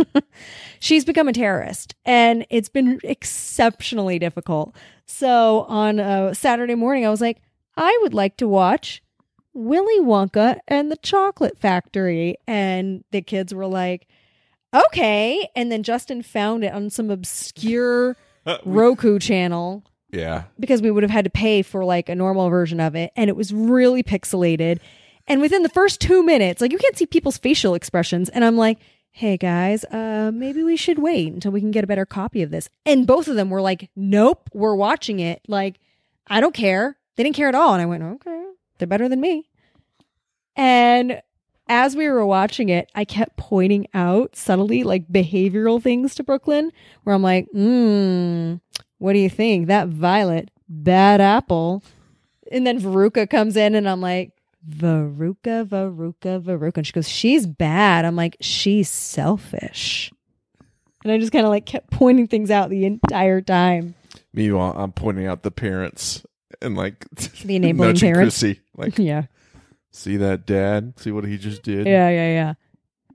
she's become a terrorist and it's been exceptionally difficult. So on a Saturday morning, I was like, I would like to watch Willy Wonka and the Chocolate Factory. And the kids were like, okay. And then Justin found it on some obscure Roku channel
yeah.
because we would have had to pay for like a normal version of it and it was really pixelated and within the first two minutes like you can't see people's facial expressions and i'm like hey guys uh maybe we should wait until we can get a better copy of this and both of them were like nope we're watching it like i don't care they didn't care at all and i went okay they're better than me and as we were watching it, I kept pointing out subtly like behavioral things to Brooklyn where I'm like, mm, what do you think? That violet, bad apple. And then Veruca comes in and I'm like, Veruca, Veruca, Veruca. And she goes, she's bad. I'm like, she's selfish. And I just kind of like kept pointing things out the entire time.
Meanwhile, I'm pointing out the parents and like
The enabling
nudging
parents.
Chrissy, like,
Yeah.
see that dad? See what he just did?
Yeah, yeah, yeah.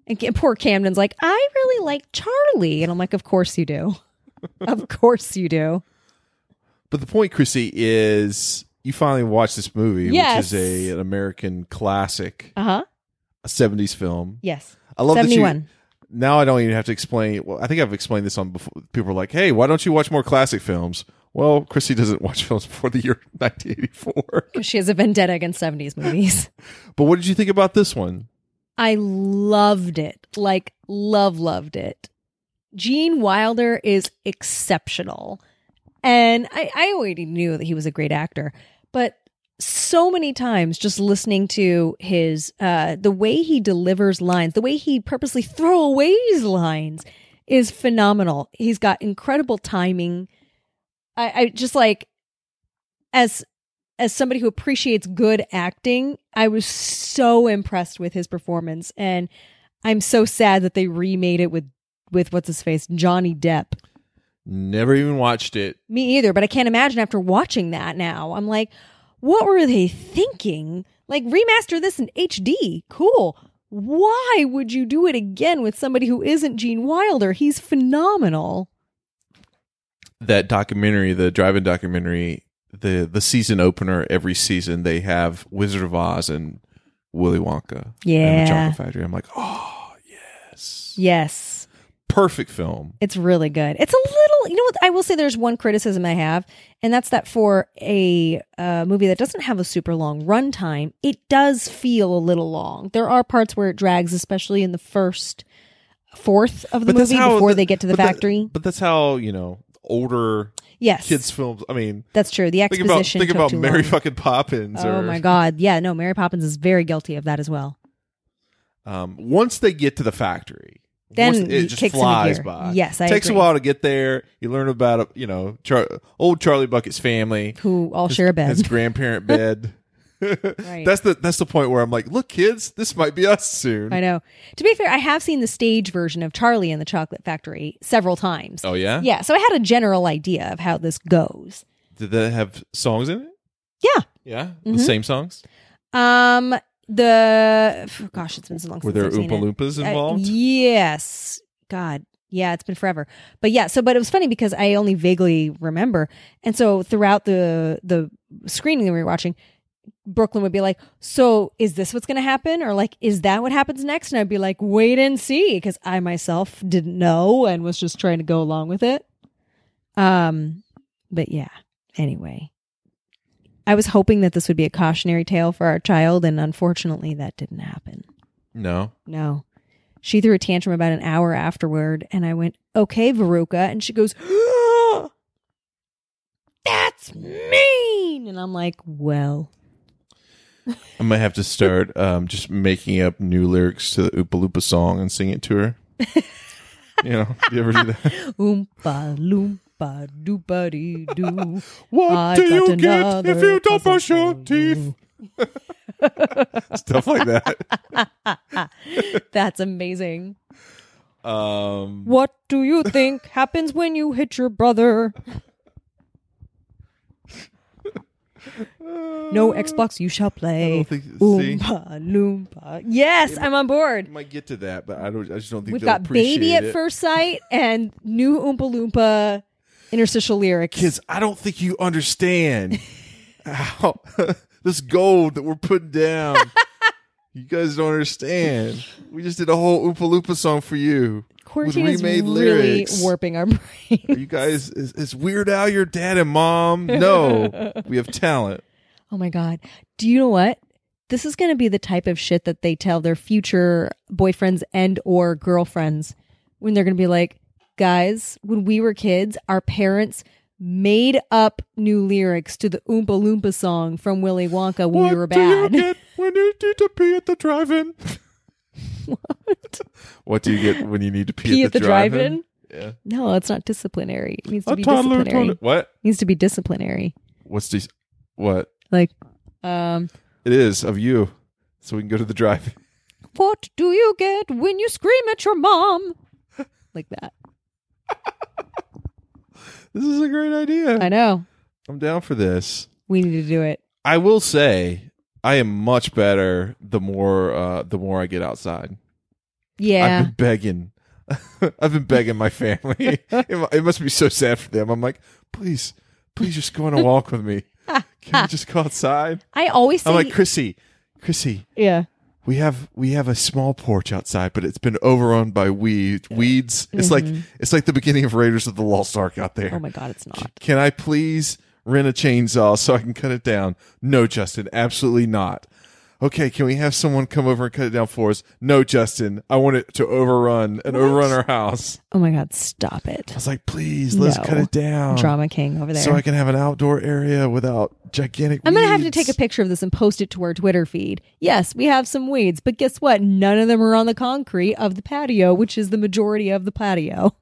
And Ca- poor Camden's like, I really like Charlie. And I'm like, Of course you do. of course you do.
But the point, Chrissy, is you finally watched this movie,
Yes.
which is a an American classic,
Uh huh.
a '70s film.
Yes.
I love that
71.
you. Now I don't even have to explain. Well, I think I've explained this on before. People are like, "Hey, why don't you watch more classic films?" Well, Chrissy doesn't watch films before the year 1984.
Because she has a vendetta against 70s movies.
But what did you think about this one?
I loved it. Like, love, loved it. Gene Wilder is exceptional. And I, I already knew that he was a great actor, but so many times just listening to his uh the way he delivers lines, the way he purposely throw away his lines is phenomenal. He's got incredible timing. I, I just like as as somebody who appreciates good acting, I was so impressed with his performance, and I'm so sad that they remade it with with what's his face Johnny Depp.
Never even watched it.
Me either, but I can't imagine after watching that now. I'm like, what were they thinking? Like remaster this in HD, cool. Why would you do it again with somebody who isn't Gene Wilder? He's phenomenal.
that documentary, the drive-in documentary, the the season opener every season they have Wizard of Oz and Willy Wonka. And
Yeah.
the Chocolate Factory. I'm like, oh yes.
Yes.
perfect film.
It's really good. It's a little, you know what? I will say there's one criticism I have, and that's that for a uh, movie that doesn't have a super long runtime, it does feel a little long. There are parts where it drags, especially in the first fourth of the movie before they get to the
but that-
factory.
but that's how you know older
yes,
kids films. I mean,
that's true. The
think
exposition.
about think
took
about
too
Mary
long.
fucking Poppins.
Oh
or,
my god! Yeah, no, Mary Poppins is very guilty of that as well.
Um, once they get to the factory,
Then
once-
it
it just
kicks into
flies
gear.
by.
Yes, I
takes
agree.
a while to get there. You learn about you know Char- old Charlie Bucket's family.
Who all
his-
share a bed?
His grandparent bed. That's the that's the point where I'm like, look, kids, this might be us soon.
I know. To be fair, I have seen the stage version of Charlie and the Chocolate Factory several times.
Oh yeah,
Yeah, so I had a general idea of how this goes.
Did they have songs in it?
Yeah. Mm-hmm.
Yeah, the same songs.
Um the f- gosh, it's been so long
Were
since
there
I've seen
Oompa
it.
Loompas
Uh,
involved?
yes. God. Yeah, it's been forever. But yeah, so but it was funny because I only vaguely remember. And so throughout the the screening that we were watching, Brooklyn would be like, "So is this what's going to happen?" or like, "Is that what happens next?" And I'd be like, "Wait and see," because I myself didn't know and was just trying to go along with it. Um, but yeah. Anyway, I was hoping that this would be a cautionary tale for our child, and unfortunately, that didn't happen.
no.
No. She threw a tantrum about an hour afterward, and I went, Okay, Veruca. And she goes, That's mean. And I'm like, Well,
I might have to start um, just making up new lyrics to the Oompa Loompa song and sing it to her. you know, do you ever do that?
oompa loompa doopa dee doo.
What
I've
do
got
you get
another
if you don't
puzzle
brush your
for you.
teeth? Stuff like that.
That's amazing.
Um,
What do you think happens when you hit your brother? No Xbox, you shall play.
don't think- see?
Oompa loompa. Yes, I'm on board.
I might get to that, but I don't. I just don't think
We've
they'll
got
appreciate
baby at
it.
first sight and new Oompa Loompa interstitial lyrics.
Kids, I don't think you understand how this gold that we're putting down. you guys don't understand. We just did a whole Oompa Loompa song for you.
Quarantine
with
is really
remade lyrics.
warping our brain.
Are you guys, is, is Weird Al your dad and mom? No, we have talent.
Oh my god! Do you know what? This is going to be the type of shit that they tell their future boyfriends and or girlfriends when they're going to be like, guys, when we were kids, our parents made up new lyrics to the Oompa Loompa song from Willy Wonka when we were
do you
bad.
get when you need to pee at the drive-in? What do you get when you need to pee,
Pee at the drive-in?
Yeah.
No, it's not disciplinary. It needs to
A
be
toddler
disciplinary.
told- What?
needs to be disciplinary.
What's this? What?
Like, um,
It is of you. So we can go to the drive-in.
what do you get when you scream at your mom? Like that.
This is a great idea.
I know.
I'm down for this.
We need to do it.
I will say I am much better the more uh the more I get outside. I've
Yeah.
been begging. I've been begging my family. it, mu- it must be so sad for them. I'm like, please, please just go on a walk with me. Can we just go outside?
I always say,
I'm like, Chrissy, Chrissy,
yeah.
we have we have a small porch outside, but it's been overrun by weed weeds. It's like it's like the beginning of Raiders of the Lost Ark out there.
Oh my God, it's not.
Can I please rent a chainsaw so I can cut it down? No, Justin, absolutely not. Okay, can we have someone come over and cut it down for us? No, Justin, I want it to overrun and overrun our house.
Oh my God, stop
I
it.
was like, please, let's
No.
cut it down.
Drama King over there.
Oh. So I can have an outdoor area without gigantic.
I'm going to have to
weeds.
take a picture of this and post it to our Twitter feed. Yes, we have some weeds, but guess what? None of them are on the concrete of the patio, which is the majority of the patio.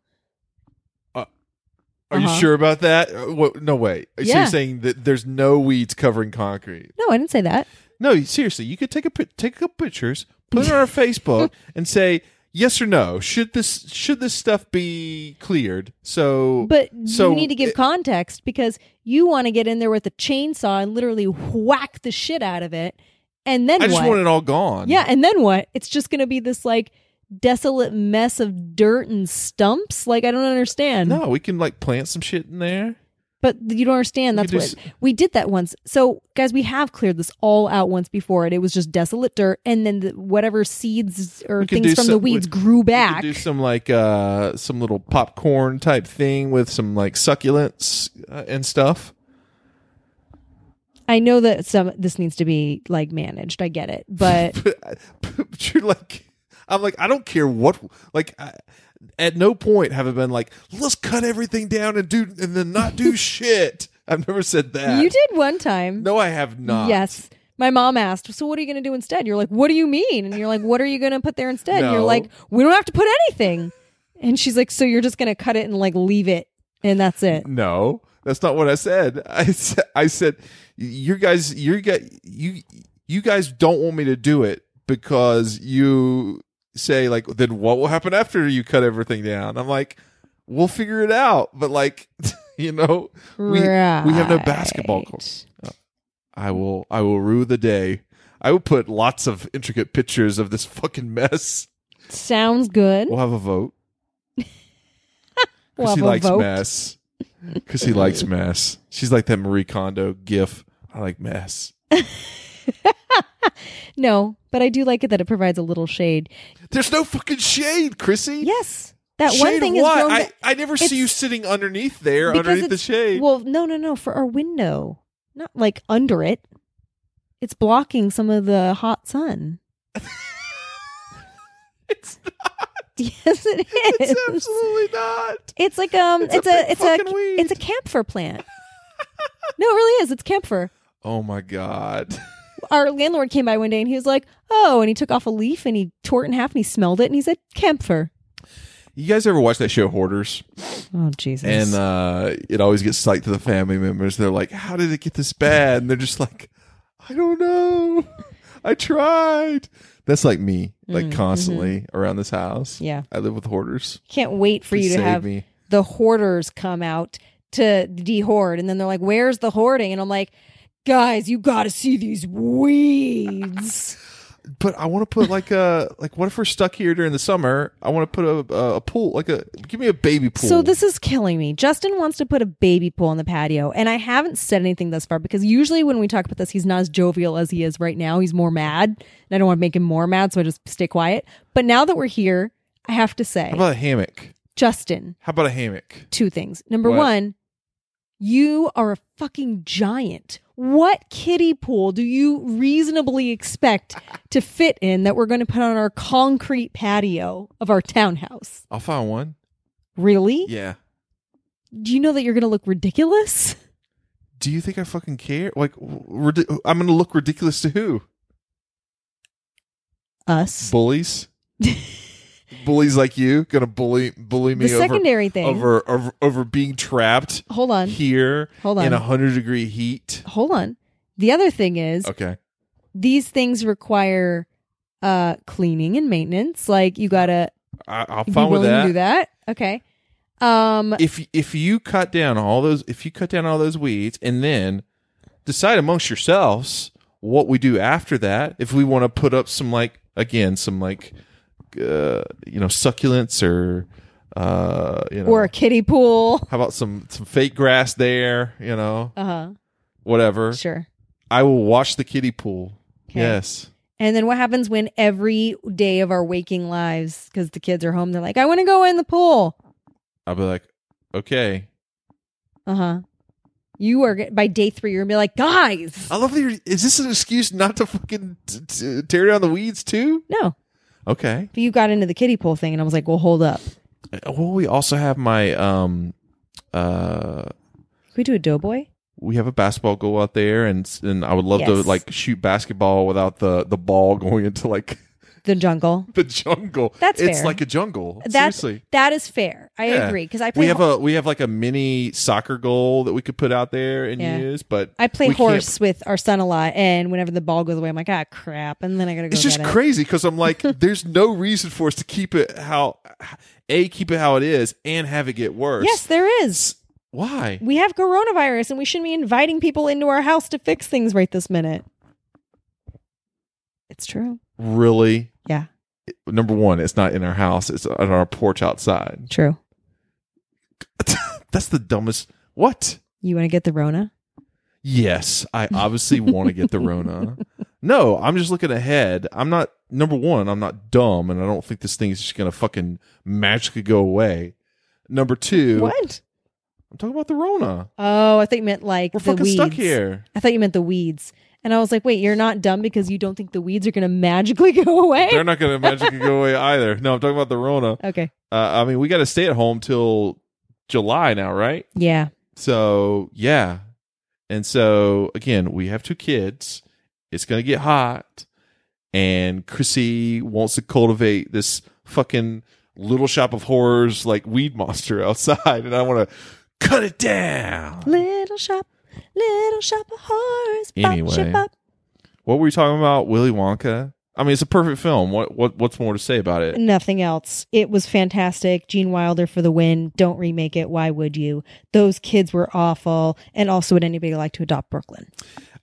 Are you
Uh-huh.
sure about that? Uh, What, no, wait. So
Yeah.
you're saying that there's no weeds covering concrete?
No, I didn't say that.
No, you- seriously, you could take a pi- take a couple pictures, put it on our Facebook, and say yes or no. Should this should this stuff be cleared? So,
But
so
you need to give
it-
context because you want to get in there with a chainsaw and literally whack the shit out of it, and then
I just
what?
want it all gone.
yeah, and then what? It's just going to be this like desolate mess of dirt and stumps. Like I don't understand.
No, we can like plant some shit in there.
But you don't understand. That's
do
what
s-
we did that once. So, guys, we have cleared this all out once before, and it was just desolate dirt, and then the, whatever seeds or
We could
things
do
from
some-
the weeds
we-
grew
We could
back.
do some like uh some little popcorn type thing with some like succulents uh, and stuff.
I know that some this needs to be like managed. I get it, but
But, but you're like, I'm like, I don't care what. Like, I, at no point have I been like, let's cut everything down and do and then not do shit. I've never said that.
you did one time.
No, I have not.
Yes. My mom asked, "So what are you going to do instead?" You're like, "What do you mean?" And you're like, "What are you going to put there instead?" And you're
No.
like, "We don't have to put anything." And she's like, "So you're just going to cut it and like leave it, and that's it."
No, that's not what I said. I said, I said, you guys, you guys, you, you guys don't want me to do it because you say like, then what will happen after you cut everything down? I'm like, we'll figure it out. But like, you know, we, we have no basketball court.
Right.
I will, I will rue the day. I will put lots of intricate pictures of this fucking mess.
Sounds good.
We'll have a vote
We'll
because he
have a
likes
vote.
mess. Because he likes mess. She's like that Marie Kondo gif. I like mess.
No, but I do like it that it provides a little shade.
There's no fucking shade, Chrissy.
Yes, that
shade
one thing
of
is
what?
grown
I,
back-
I never
It's-
see you sitting underneath there,
because
underneath the
it's-
shade.
Well, no, no, no, for our window, not like under it. It's blocking some of the hot sun.
it's not.
Yes, it is.
It's absolutely not.
It's like um,
It's a
it's,
big
a, it's a
fucking weed.
it's a camphor plant. no, it really is. It's camphor.
Oh my god.
Our landlord came by one day and he was like, "Oh," and he took off a leaf and he tore it in half and he smelled it and he said, "Camphor."
You guys ever watch that show Hoarders?
Oh Jesus!
And uh, it always gets psyched to the family members. They're like, "How did it get this bad?" And they're just like, "I don't know. I tried." That's like me, like constantly around this house.
Mm-hmm. Yeah.
I live with hoarders.
Can't wait for you
Please
to
save
have
me.
the hoarders come out to de-hoard, and then they're like, "Where's the hoarding?" And I'm like, "Guys, you got to see these weeds."
But I want to put like a like what if we're stuck here during the summer? I want to put a, a a pool like a give me a baby pool.
So this is killing me. Justin wants to put a baby pool on the patio, and I haven't said anything thus far because usually when we talk about this, he's not as jovial as he is right now. He's more mad, and I don't want to make him more mad, so I just stay quiet. But now that we're here, I have to say,
How about a hammock?
Justin,
How about a hammock?
two things. Number
What?
one, you are a fucking giant. What kiddie pool do you reasonably expect to fit in that we're going to put on our concrete patio of our townhouse?
I'll find one.
Really?
Yeah.
Do you know that you're going to look ridiculous?
Do you think I fucking care? Like, ridi- I'm gonna look ridiculous to who?
us.
Bullies. Bullies like you gonna bully bully me
The
over,
secondary thing.
over over over being trapped
Hold on.
here
Hold on.
in a hundred degree heat.
Hold on. The other thing is
Okay.
these things require uh cleaning and maintenance. Like you gotta
I, I'll
be
find with
willing
that.
to do that. Okay. Um
if if you cut down all those if you cut down all those weeds and then decide amongst yourselves what we do after that if we want to put up some like again some like uh, you know succulents or uh you know
or a kiddie pool.
how about some some fake grass there you know
Uh
whatever
huh. Sure.
i will watch the kiddie pool
'Kay.
yes
And then what happens when every day of our waking lives, because the kids are home, they're like, I want to go in the pool.
i'll be like okay
Uh huh. You are by day three, you're gonna be like, guys,
i love that you're, is this an excuse not to fucking t- t- tear down the weeds too
no.
okay
But you got into the kiddie pool thing, and I was like, well, hold up. Can
Well, we also have my um, uh,
we do a doughboy?
we have a basketball goal out there, and and I would love to
Yes.
like shoot basketball without the the ball going into like
The jungle.
the jungle.
That's
it's
fair.
like a jungle.
That's
Seriously.
that is fair. I
Yeah.
agree because I play
We have
ho-
a we have like a mini soccer goal that we could put out there and
Yeah.
use, but
I play
we can't-
horse with our son a lot, and whenever the ball goes away, I'm like, ah, crap, and then I gotta go.
It's just
get it.
crazy because I'm like, there's no reason for us to keep it how a keep it how it is and have it get worse.
Yes, there is.
Why?
We have coronavirus, and we shouldn't be inviting people into our house to fix things right this minute. It's true.
Really?
Yeah,
Number one, it's not in our house. It's on our porch outside.
true.
That's the dumbest. What?
You want to get the Rona?
Yes, I obviously want to get the Rona. No, I'm just looking ahead. I'm not number one. I'm not dumb, and I don't think this thing is just gonna fucking magically go away. Number two,
What?
I'm talking about the Rona.
Oh, I thought you meant like
We're
the
fucking
weeds.
stuck here.
I thought you meant the weeds. And I was like, wait, you're not dumb because you don't think the weeds are going to magically go away?
They're not gonna magically go away either. No, I'm talking about the Rona.
okay.
Uh, I mean, we got to stay at home till July now, right?
Yeah.
So yeah, and so again, we have two kids. It's gonna get hot, and Chrissy wants to cultivate this fucking little shop of horrors like weed monster outside, and I want to cut it down.
Little shop, little shop of horrors.
Anyway. What were we talking about, Willy Wonka? I mean, it's a perfect film. What what what's more to say about it?
Nothing else. It was fantastic. Gene Wilder for the win. Don't remake it. Why would you? Those kids were awful. And also, would anybody like to adopt Brooklyn?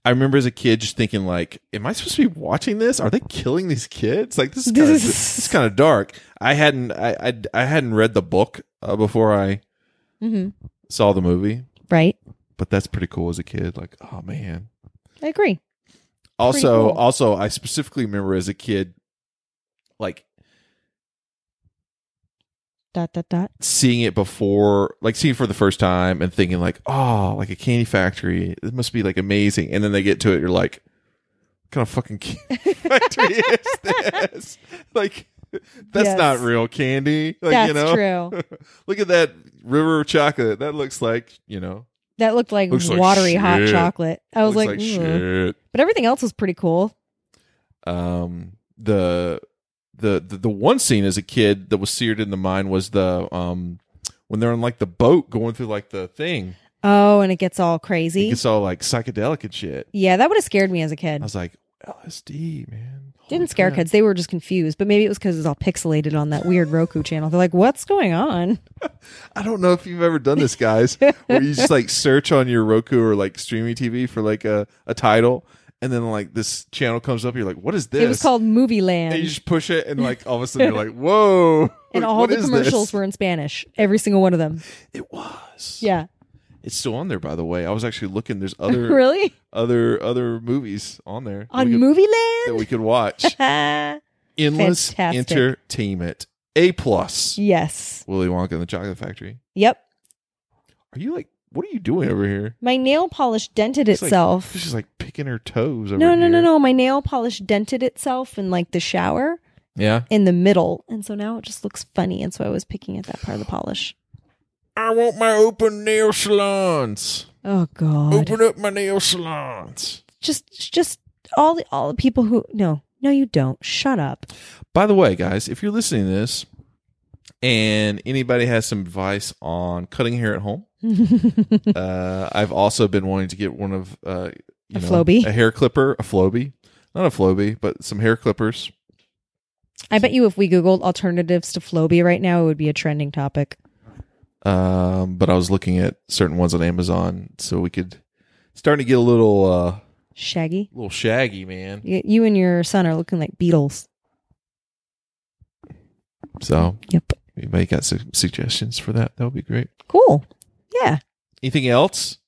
I remember as a kid just thinking like, am I supposed to be watching this? Are they killing these kids? Like this is kind of,
This is-
this is kind of dark. I hadn't I, I I hadn't read the book uh, before I
Mm-hmm.
saw the movie,
Right?
but that's pretty cool as a kid. Like, oh man.
I agree.
Also,
cool.
also I specifically remember as a kid like
Dot, dot, dot.
seeing it before like seeing it for the first time and thinking like, oh, like a candy factory. It must be like amazing. And then they get to it, you're like, what kind of fucking candy factory is this? Like that's
Yes.
not real candy. Like
That's
you know
true.
look at that river of chocolate. That looks like, you know.
That looked like
Looks like
watery hot
shit.
chocolate. I was
looks
like, "Ugh."
shit.
but everything else was pretty cool.
um the the the, the one scene as a kid that was seared in the mind was the um when they're on like the boat going through like the thing
Oh, and it gets all crazy.
it's all like psychedelic and shit
yeah, that would have scared me as a
i
kid.
was like lsd man Holy
Didn't scare
crap.
kids. They were just confused, but maybe it was because it was all pixelated on that weird Roku channel. They're like, what's going on?
i don't know if you've ever done this guys where you just like search on your roku or like streaming tv for like a, a title and then like this channel comes up you're like what is this
It was called Movie Land.
and you just push it and like all of a sudden you're like whoa
and all
what
the
is this?
commercials were in Spanish, every single one of them.
it was
Yeah.
It's still on there, by the way. I was actually looking. There's other
really?
other other movies on there
On
that, we could,
Movie
that
Land?
we could watch. Endless
Fantastic.
entertainment. A plus.
yes.
Willy Wonka and the Chocolate Factory.
Yep.
Are you like? What are you doing over here?
My nail polish dented
It's like-
itself.
she's like picking her toes. Over
no, no, no,
here.
no. My nail polish dented itself in like the shower
Yeah.
in the middle. And so now it just looks funny. And so I was picking at that part of the polish.
I want my open nail salons.
Oh God!
Open up my nail salons.
Just, just all the all the people who no, no, you don't. Shut up.
By the way, guys, if you're listening to this, and anybody has some advice on cutting hair at home, uh, I've also been wanting to get one of uh, you
A
know,
Flowbee?
a hair clipper, a Flowbee, not a Flowbee, but some hair clippers.
I bet you if we googled alternatives to Floby right now, it would be a trending topic.
Um, but I was looking at certain ones on Amazon, so we could starting to get a little uh,
Shaggy,
little shaggy, man.
you, you and your son are looking like Beatles.
So
Yep.
anybody got some suggestions for that? That would be great.
Cool. Yeah.
Anything else?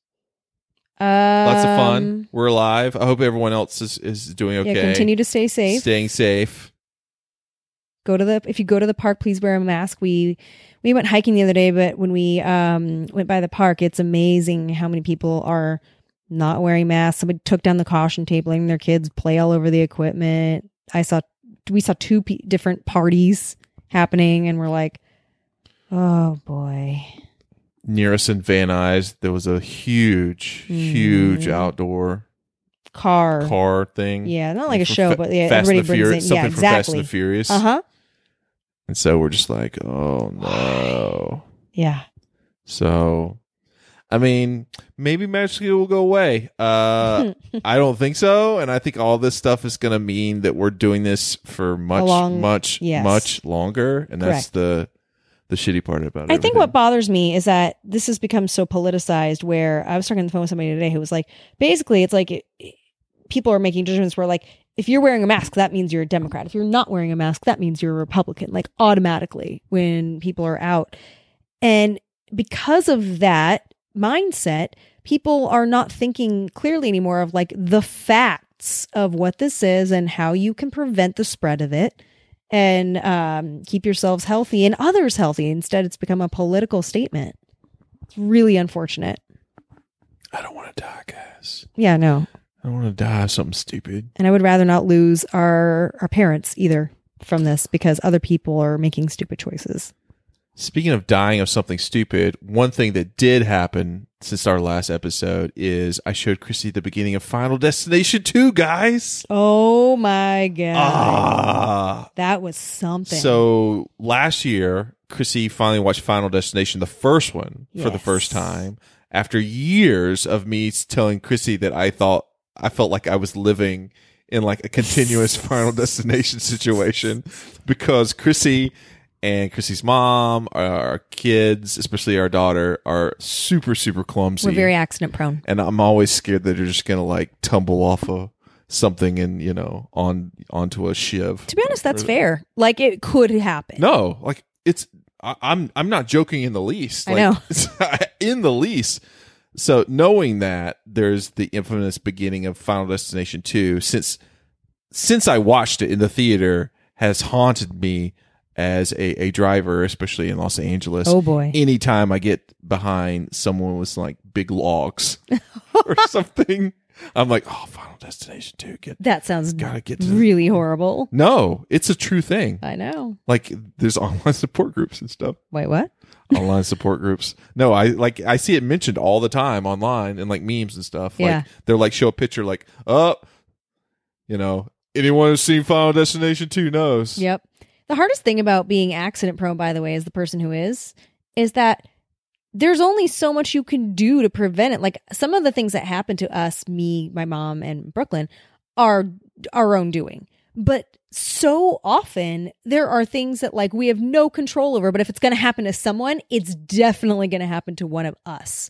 Um,
Lots of fun. We're alive. I hope everyone else is, is doing okay.
Yeah. Continue to stay safe.
Staying safe.
go to the if you go to the park please wear a mask we we went hiking the other day but when we um went by the park it's amazing how many people are not wearing masks somebody took down the caution tape letting their kids play all over the equipment i saw we saw two p- different parties happening and we're like oh boy
Near us in Van Nuys, there was a huge, huge
Mhm.
outdoor
car,
car thing.
yeah not like a
From
show
Fa-
but yeah
Fast and
everybody
the
brings
Furious,
it
something
yeah
from Fast and
exactly
the Furious.
uh-huh
And so we're just like, oh no.
yeah
So, I mean, maybe magically it will go away. Uh, I don't think so, and I think all this stuff is going to mean that we're doing this for much,
long-
much,
yes.
much longer, and that's the the shitty part about it.
I think what bothers me is that this has become so politicized. Where I was talking on the phone with somebody today who was like, basically, it's like it, it- people are making judgments where, like, if you're wearing a mask, that means you're a Democrat. If you're not wearing a mask, that means you're a Republican, like, automatically when people are out. And because of that, mindset, people are not thinking clearly anymore of like the facts of what this is and how you can prevent the spread of it and um, keep yourselves healthy and others healthy. Instead, it's become a political statement. It's really unfortunate.
I don't want to die, guys.
Yeah, no.
I don't want to die of something stupid.
And I would rather not lose our our parents either from this because other people are making stupid choices.
Speaking of dying of something stupid, one thing that did happen since our last episode is I showed Chrissy the beginning of Final Destination 2, guys.
Oh my god.
Ah.
That was something.
So last year, Chrissy finally watched Final Destination, the first one, for the
Yes.
first time after years of me telling Chrissy that I thought I felt like I was living in like a continuous Final Destination situation because Chrissy and Chrissy's mom, our, our kids, especially our daughter, are super super clumsy
we're very accident prone.
and I'm always scared that they're just gonna like tumble off of something and you know on onto a shiv.
To be honest, that's fair. Like it could happen.
No, like it's I, I'm I'm not joking in the least.
I
Like, in the least. So knowing that there's the infamous beginning of Final Destination 2 since since I watched it in the theater has haunted me as a, a driver, especially in Los Angeles.
Oh boy.
Anytime I get behind someone with like big logs or something, I'm like, oh, Final Destination 2, get
That sounds
gotta get to the-
really horrible.
No, it's a true thing.
I know.
Like there's online support groups and stuff.
Wait, what?
online support groups. No, I like I see it mentioned all the time online and like memes and stuff.
Yeah.
Like they're like show a picture like, oh you know, anyone who's seen Final Destination two knows.
Yep. The hardest thing about being accident prone, by the way, is the person who is, is that there's only so much you can do to prevent it. Like some of the things that happened to us, me, my mom, and Brooklyn, are our own doing. But so often there are things that like we have no control over, but if it's going to happen to someone, it's definitely going to happen to one of us.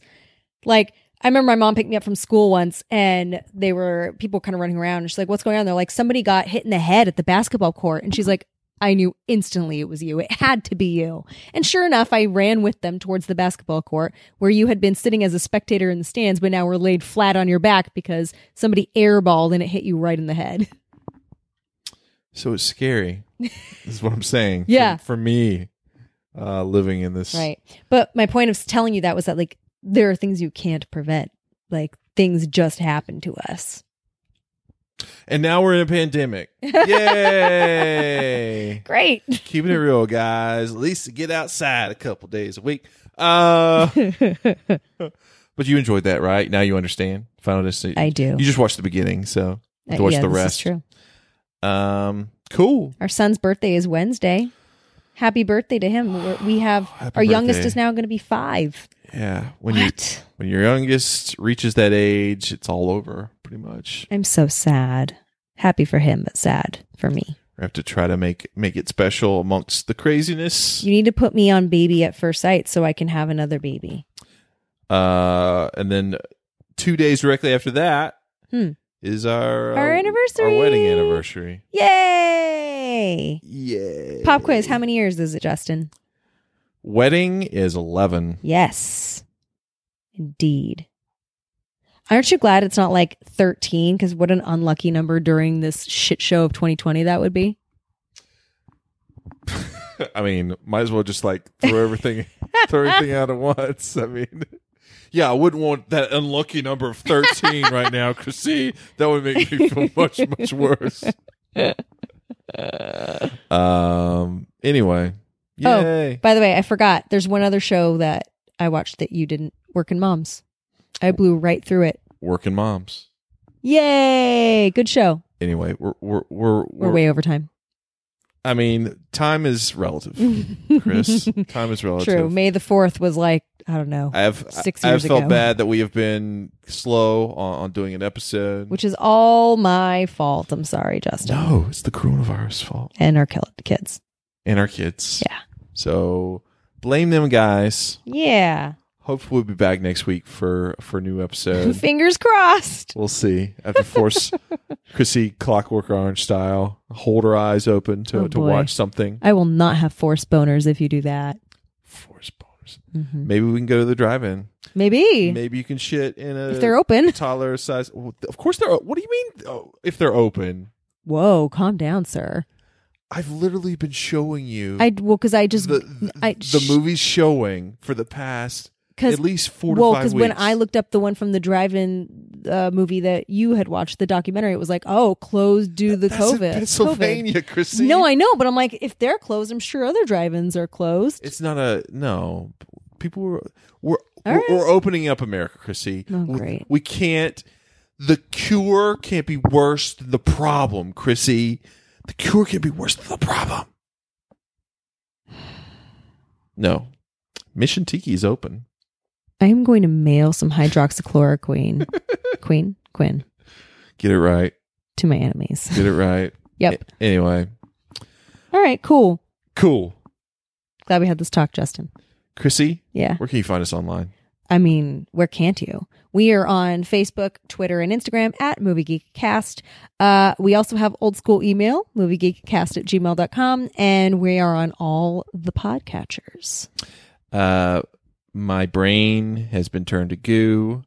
Like I remember my mom picked me up from school once and they were people kind of running around and she's like, What's going on? They're like, somebody got hit in the head at the basketball court. And she's like, I knew instantly it was you. It had to be you. And sure enough, I ran with them towards the basketball court where you had been sitting as a spectator in the stands, but now were laid flat on your back because somebody airballed and it hit you right in the head.
So it's scary. is what I'm saying. For-
Yeah.
For, me, uh living in this
Right. But my point of telling you that was that like there are things you can't prevent. Like things just happen to us.
and now we're in a pandemic. Yay.
Great.
Keeping it real, guys. At least get outside a couple days a week. Uh but you enjoyed that, right? Now you understand Final Destination.
I do.
You just watched the beginning, so you have to watch
Uh, yeah,
the
this is
rest.
true.
Um, cool.
Our son's birthday is Wednesday. Happy birthday to him. We're, we have our
Happy
youngest
birthday.
is now going to be five.
Yeah, when you
What?
when your youngest reaches that age, it's all over pretty much.
I'm so sad. Happy for him, but sad for me.
We have to try to make make it special amongst the craziness.
You need to put me on baby at first sight so I can have another baby.
Uh, and then two days directly after that is
Hmm.
our uh,
Our
our
anniversary.
wedding anniversary.
Yay!
Yeah.
Pop quiz. How many years is it, Justin?
Wedding is eleven.
Yes. Indeed. Aren't you glad it's not like 13? Because what an unlucky number during this shit show of 2020 that would be.
I mean, might as well just like throw everything throw everything out at once. I mean, yeah, I wouldn't want that unlucky number of thirteen right now, Chrissy. That would make me feel much much worse. um. Anyway,
Oh.
yay!
By the way, I forgot. There's one other show that I watched that you didn't. Working Moms. I blew right through it.
Working moms.
Yay! Good show.
Anyway, we're we're we're,
We're way over time.
I mean, time is relative, Chris. time is relative.
True. May the fourth was like I don't know,
I've
Six
I've
years
felt
ago.
bad that we have been slow on, on doing an episode.
which is all my fault. I'm sorry, Justin,
no, it's the coronavirus fault.
and our kill- kids.
and our kids.
Yeah.
So blame them, guys.
Yeah.
Hopefully, we'll be back next week for for a new episode.
Fingers crossed.
we'll see. I have to force Chrissy Clockwork Orange style, hold her eyes open to
Oh,
to
boy.
watch something.
I will not have force boners if you do that.
Force bonus.
Mhm.
Maybe we can go to the drive-in.
Maybe.
Maybe you can shit in a
If they're open.
toddler size. Well, Of course they're. o- What do you mean? Oh, if they're open,
Whoa, calm down, sir.
I've literally been showing you
I well, because I just
the the,
I-
the
sh-
movies showing for the past
'Cause-
at least four to
well,
five
because
weeks.
when I looked up the one from the drive-in uh, movie that you had watched, the documentary, it was like, oh, closed due to the
That's in
COVID.
Pennsylvania,
COVID.
Christine.
No, I know, but I'm like, if they're closed, I'm sure other drive-ins are closed.
It's not a no. People were we're
All
we're,
right.
we're opening up America, Chrissy.
Oh,
We-
great.
We, can't. The cure can't be worse than the problem, Chrissy. The cure can't be worse than the problem. No, Mission Tiki is open.
I am going to mail some hydroxychloroquine, queen, quinn,
Get it right.
to my enemies.
Get it right.
Yep.
A- Anyway,
All right, cool.
cool,
Glad we had this talk, Justin.
Chrissy.
Yeah.
Where can you find us online?
I mean, where can't you? We are on Facebook, Twitter, and Instagram at Movie Geek Cast. Uh, we also have old school email, moviegeekcast at gmail.com, and we are on all the podcatchers.
Uh, my brain has been turned to goo,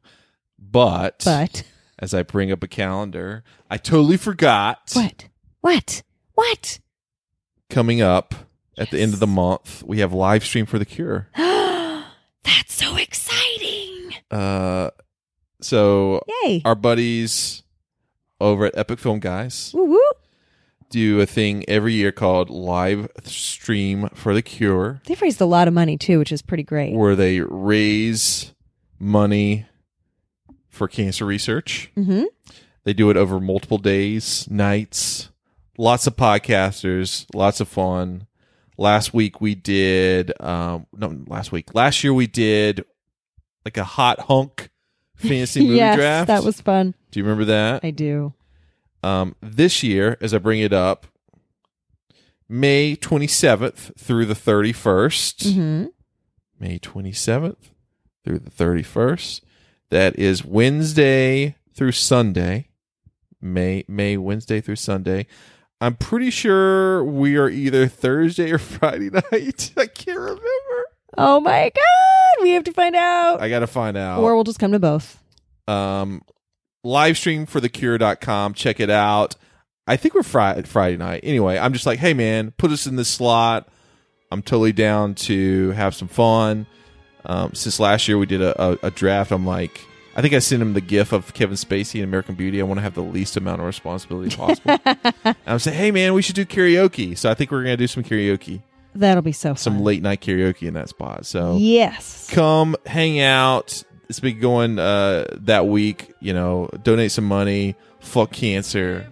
but
But
as I bring up a calendar. I totally forgot
what? What? What?
coming up at the end of the month. We have live stream for the cure.
That's so exciting.
Uh, so
Yay.
our buddies over at Epic Film Guys
Woo woo.
do a thing every year called live stream for the cure,
They've raised a lot of money too, which is pretty great.
where they raise money for cancer research.
Mm-hmm.
They do it over multiple days, nights, lots of podcasters, lots of fun. Last week we did, um, no, last week, last year we did like a hot hunk fantasy movie
yes,
draft.
that was fun.
Do you remember that?
I do.
Um, this year, as I bring it up, May 27th through the 31st.
Mm-hmm.
May 27th through the 31st. That is Wednesday through Sunday. May May Wednesday through Sunday. I'm pretty sure we are either Thursday or Friday night. I can't remember.
Oh my God. We have to find out.
I got to find out.
or we'll just come to both.
um live stream for thecure.com check it out i think we're friday friday night anyway i'm just like hey man put us in this slot i'm totally down to have some fun um, since last year we did a, a, a draft i'm like i think i sent him the gif of kevin spacey in american beauty i want to have the least amount of responsibility possible And i'm saying hey man we should do karaoke so i think we're gonna do some karaoke
That'll be so
some
fun.
late night karaoke in that spot so
Yes.
come hang out it's been going uh that week you know donate some money fuck cancer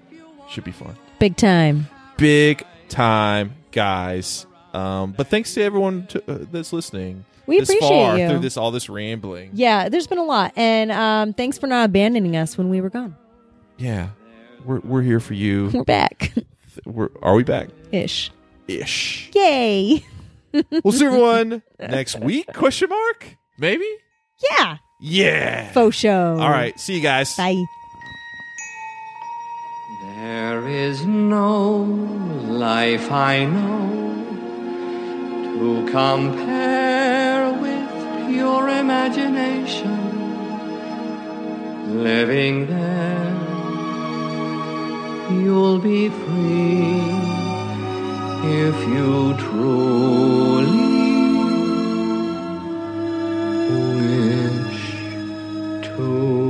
should be fun
Big time.
big time guys um but thanks to everyone to, uh, that's listening
We
this
appreciate
far
you.
through this all this rambling
Yeah, there's been a lot. And um, thanks for not abandoning us when we were gone.
yeah we're, we're here for you
We're back
we're are we back
ish.
ish
Yay.
we'll see everyone next week question mark maybe
Yeah.
yeah
Faux show.
all right see you guys
Bye.
There is no life I know to compare with your imagination. Living there, you'll be free if you truly wish to.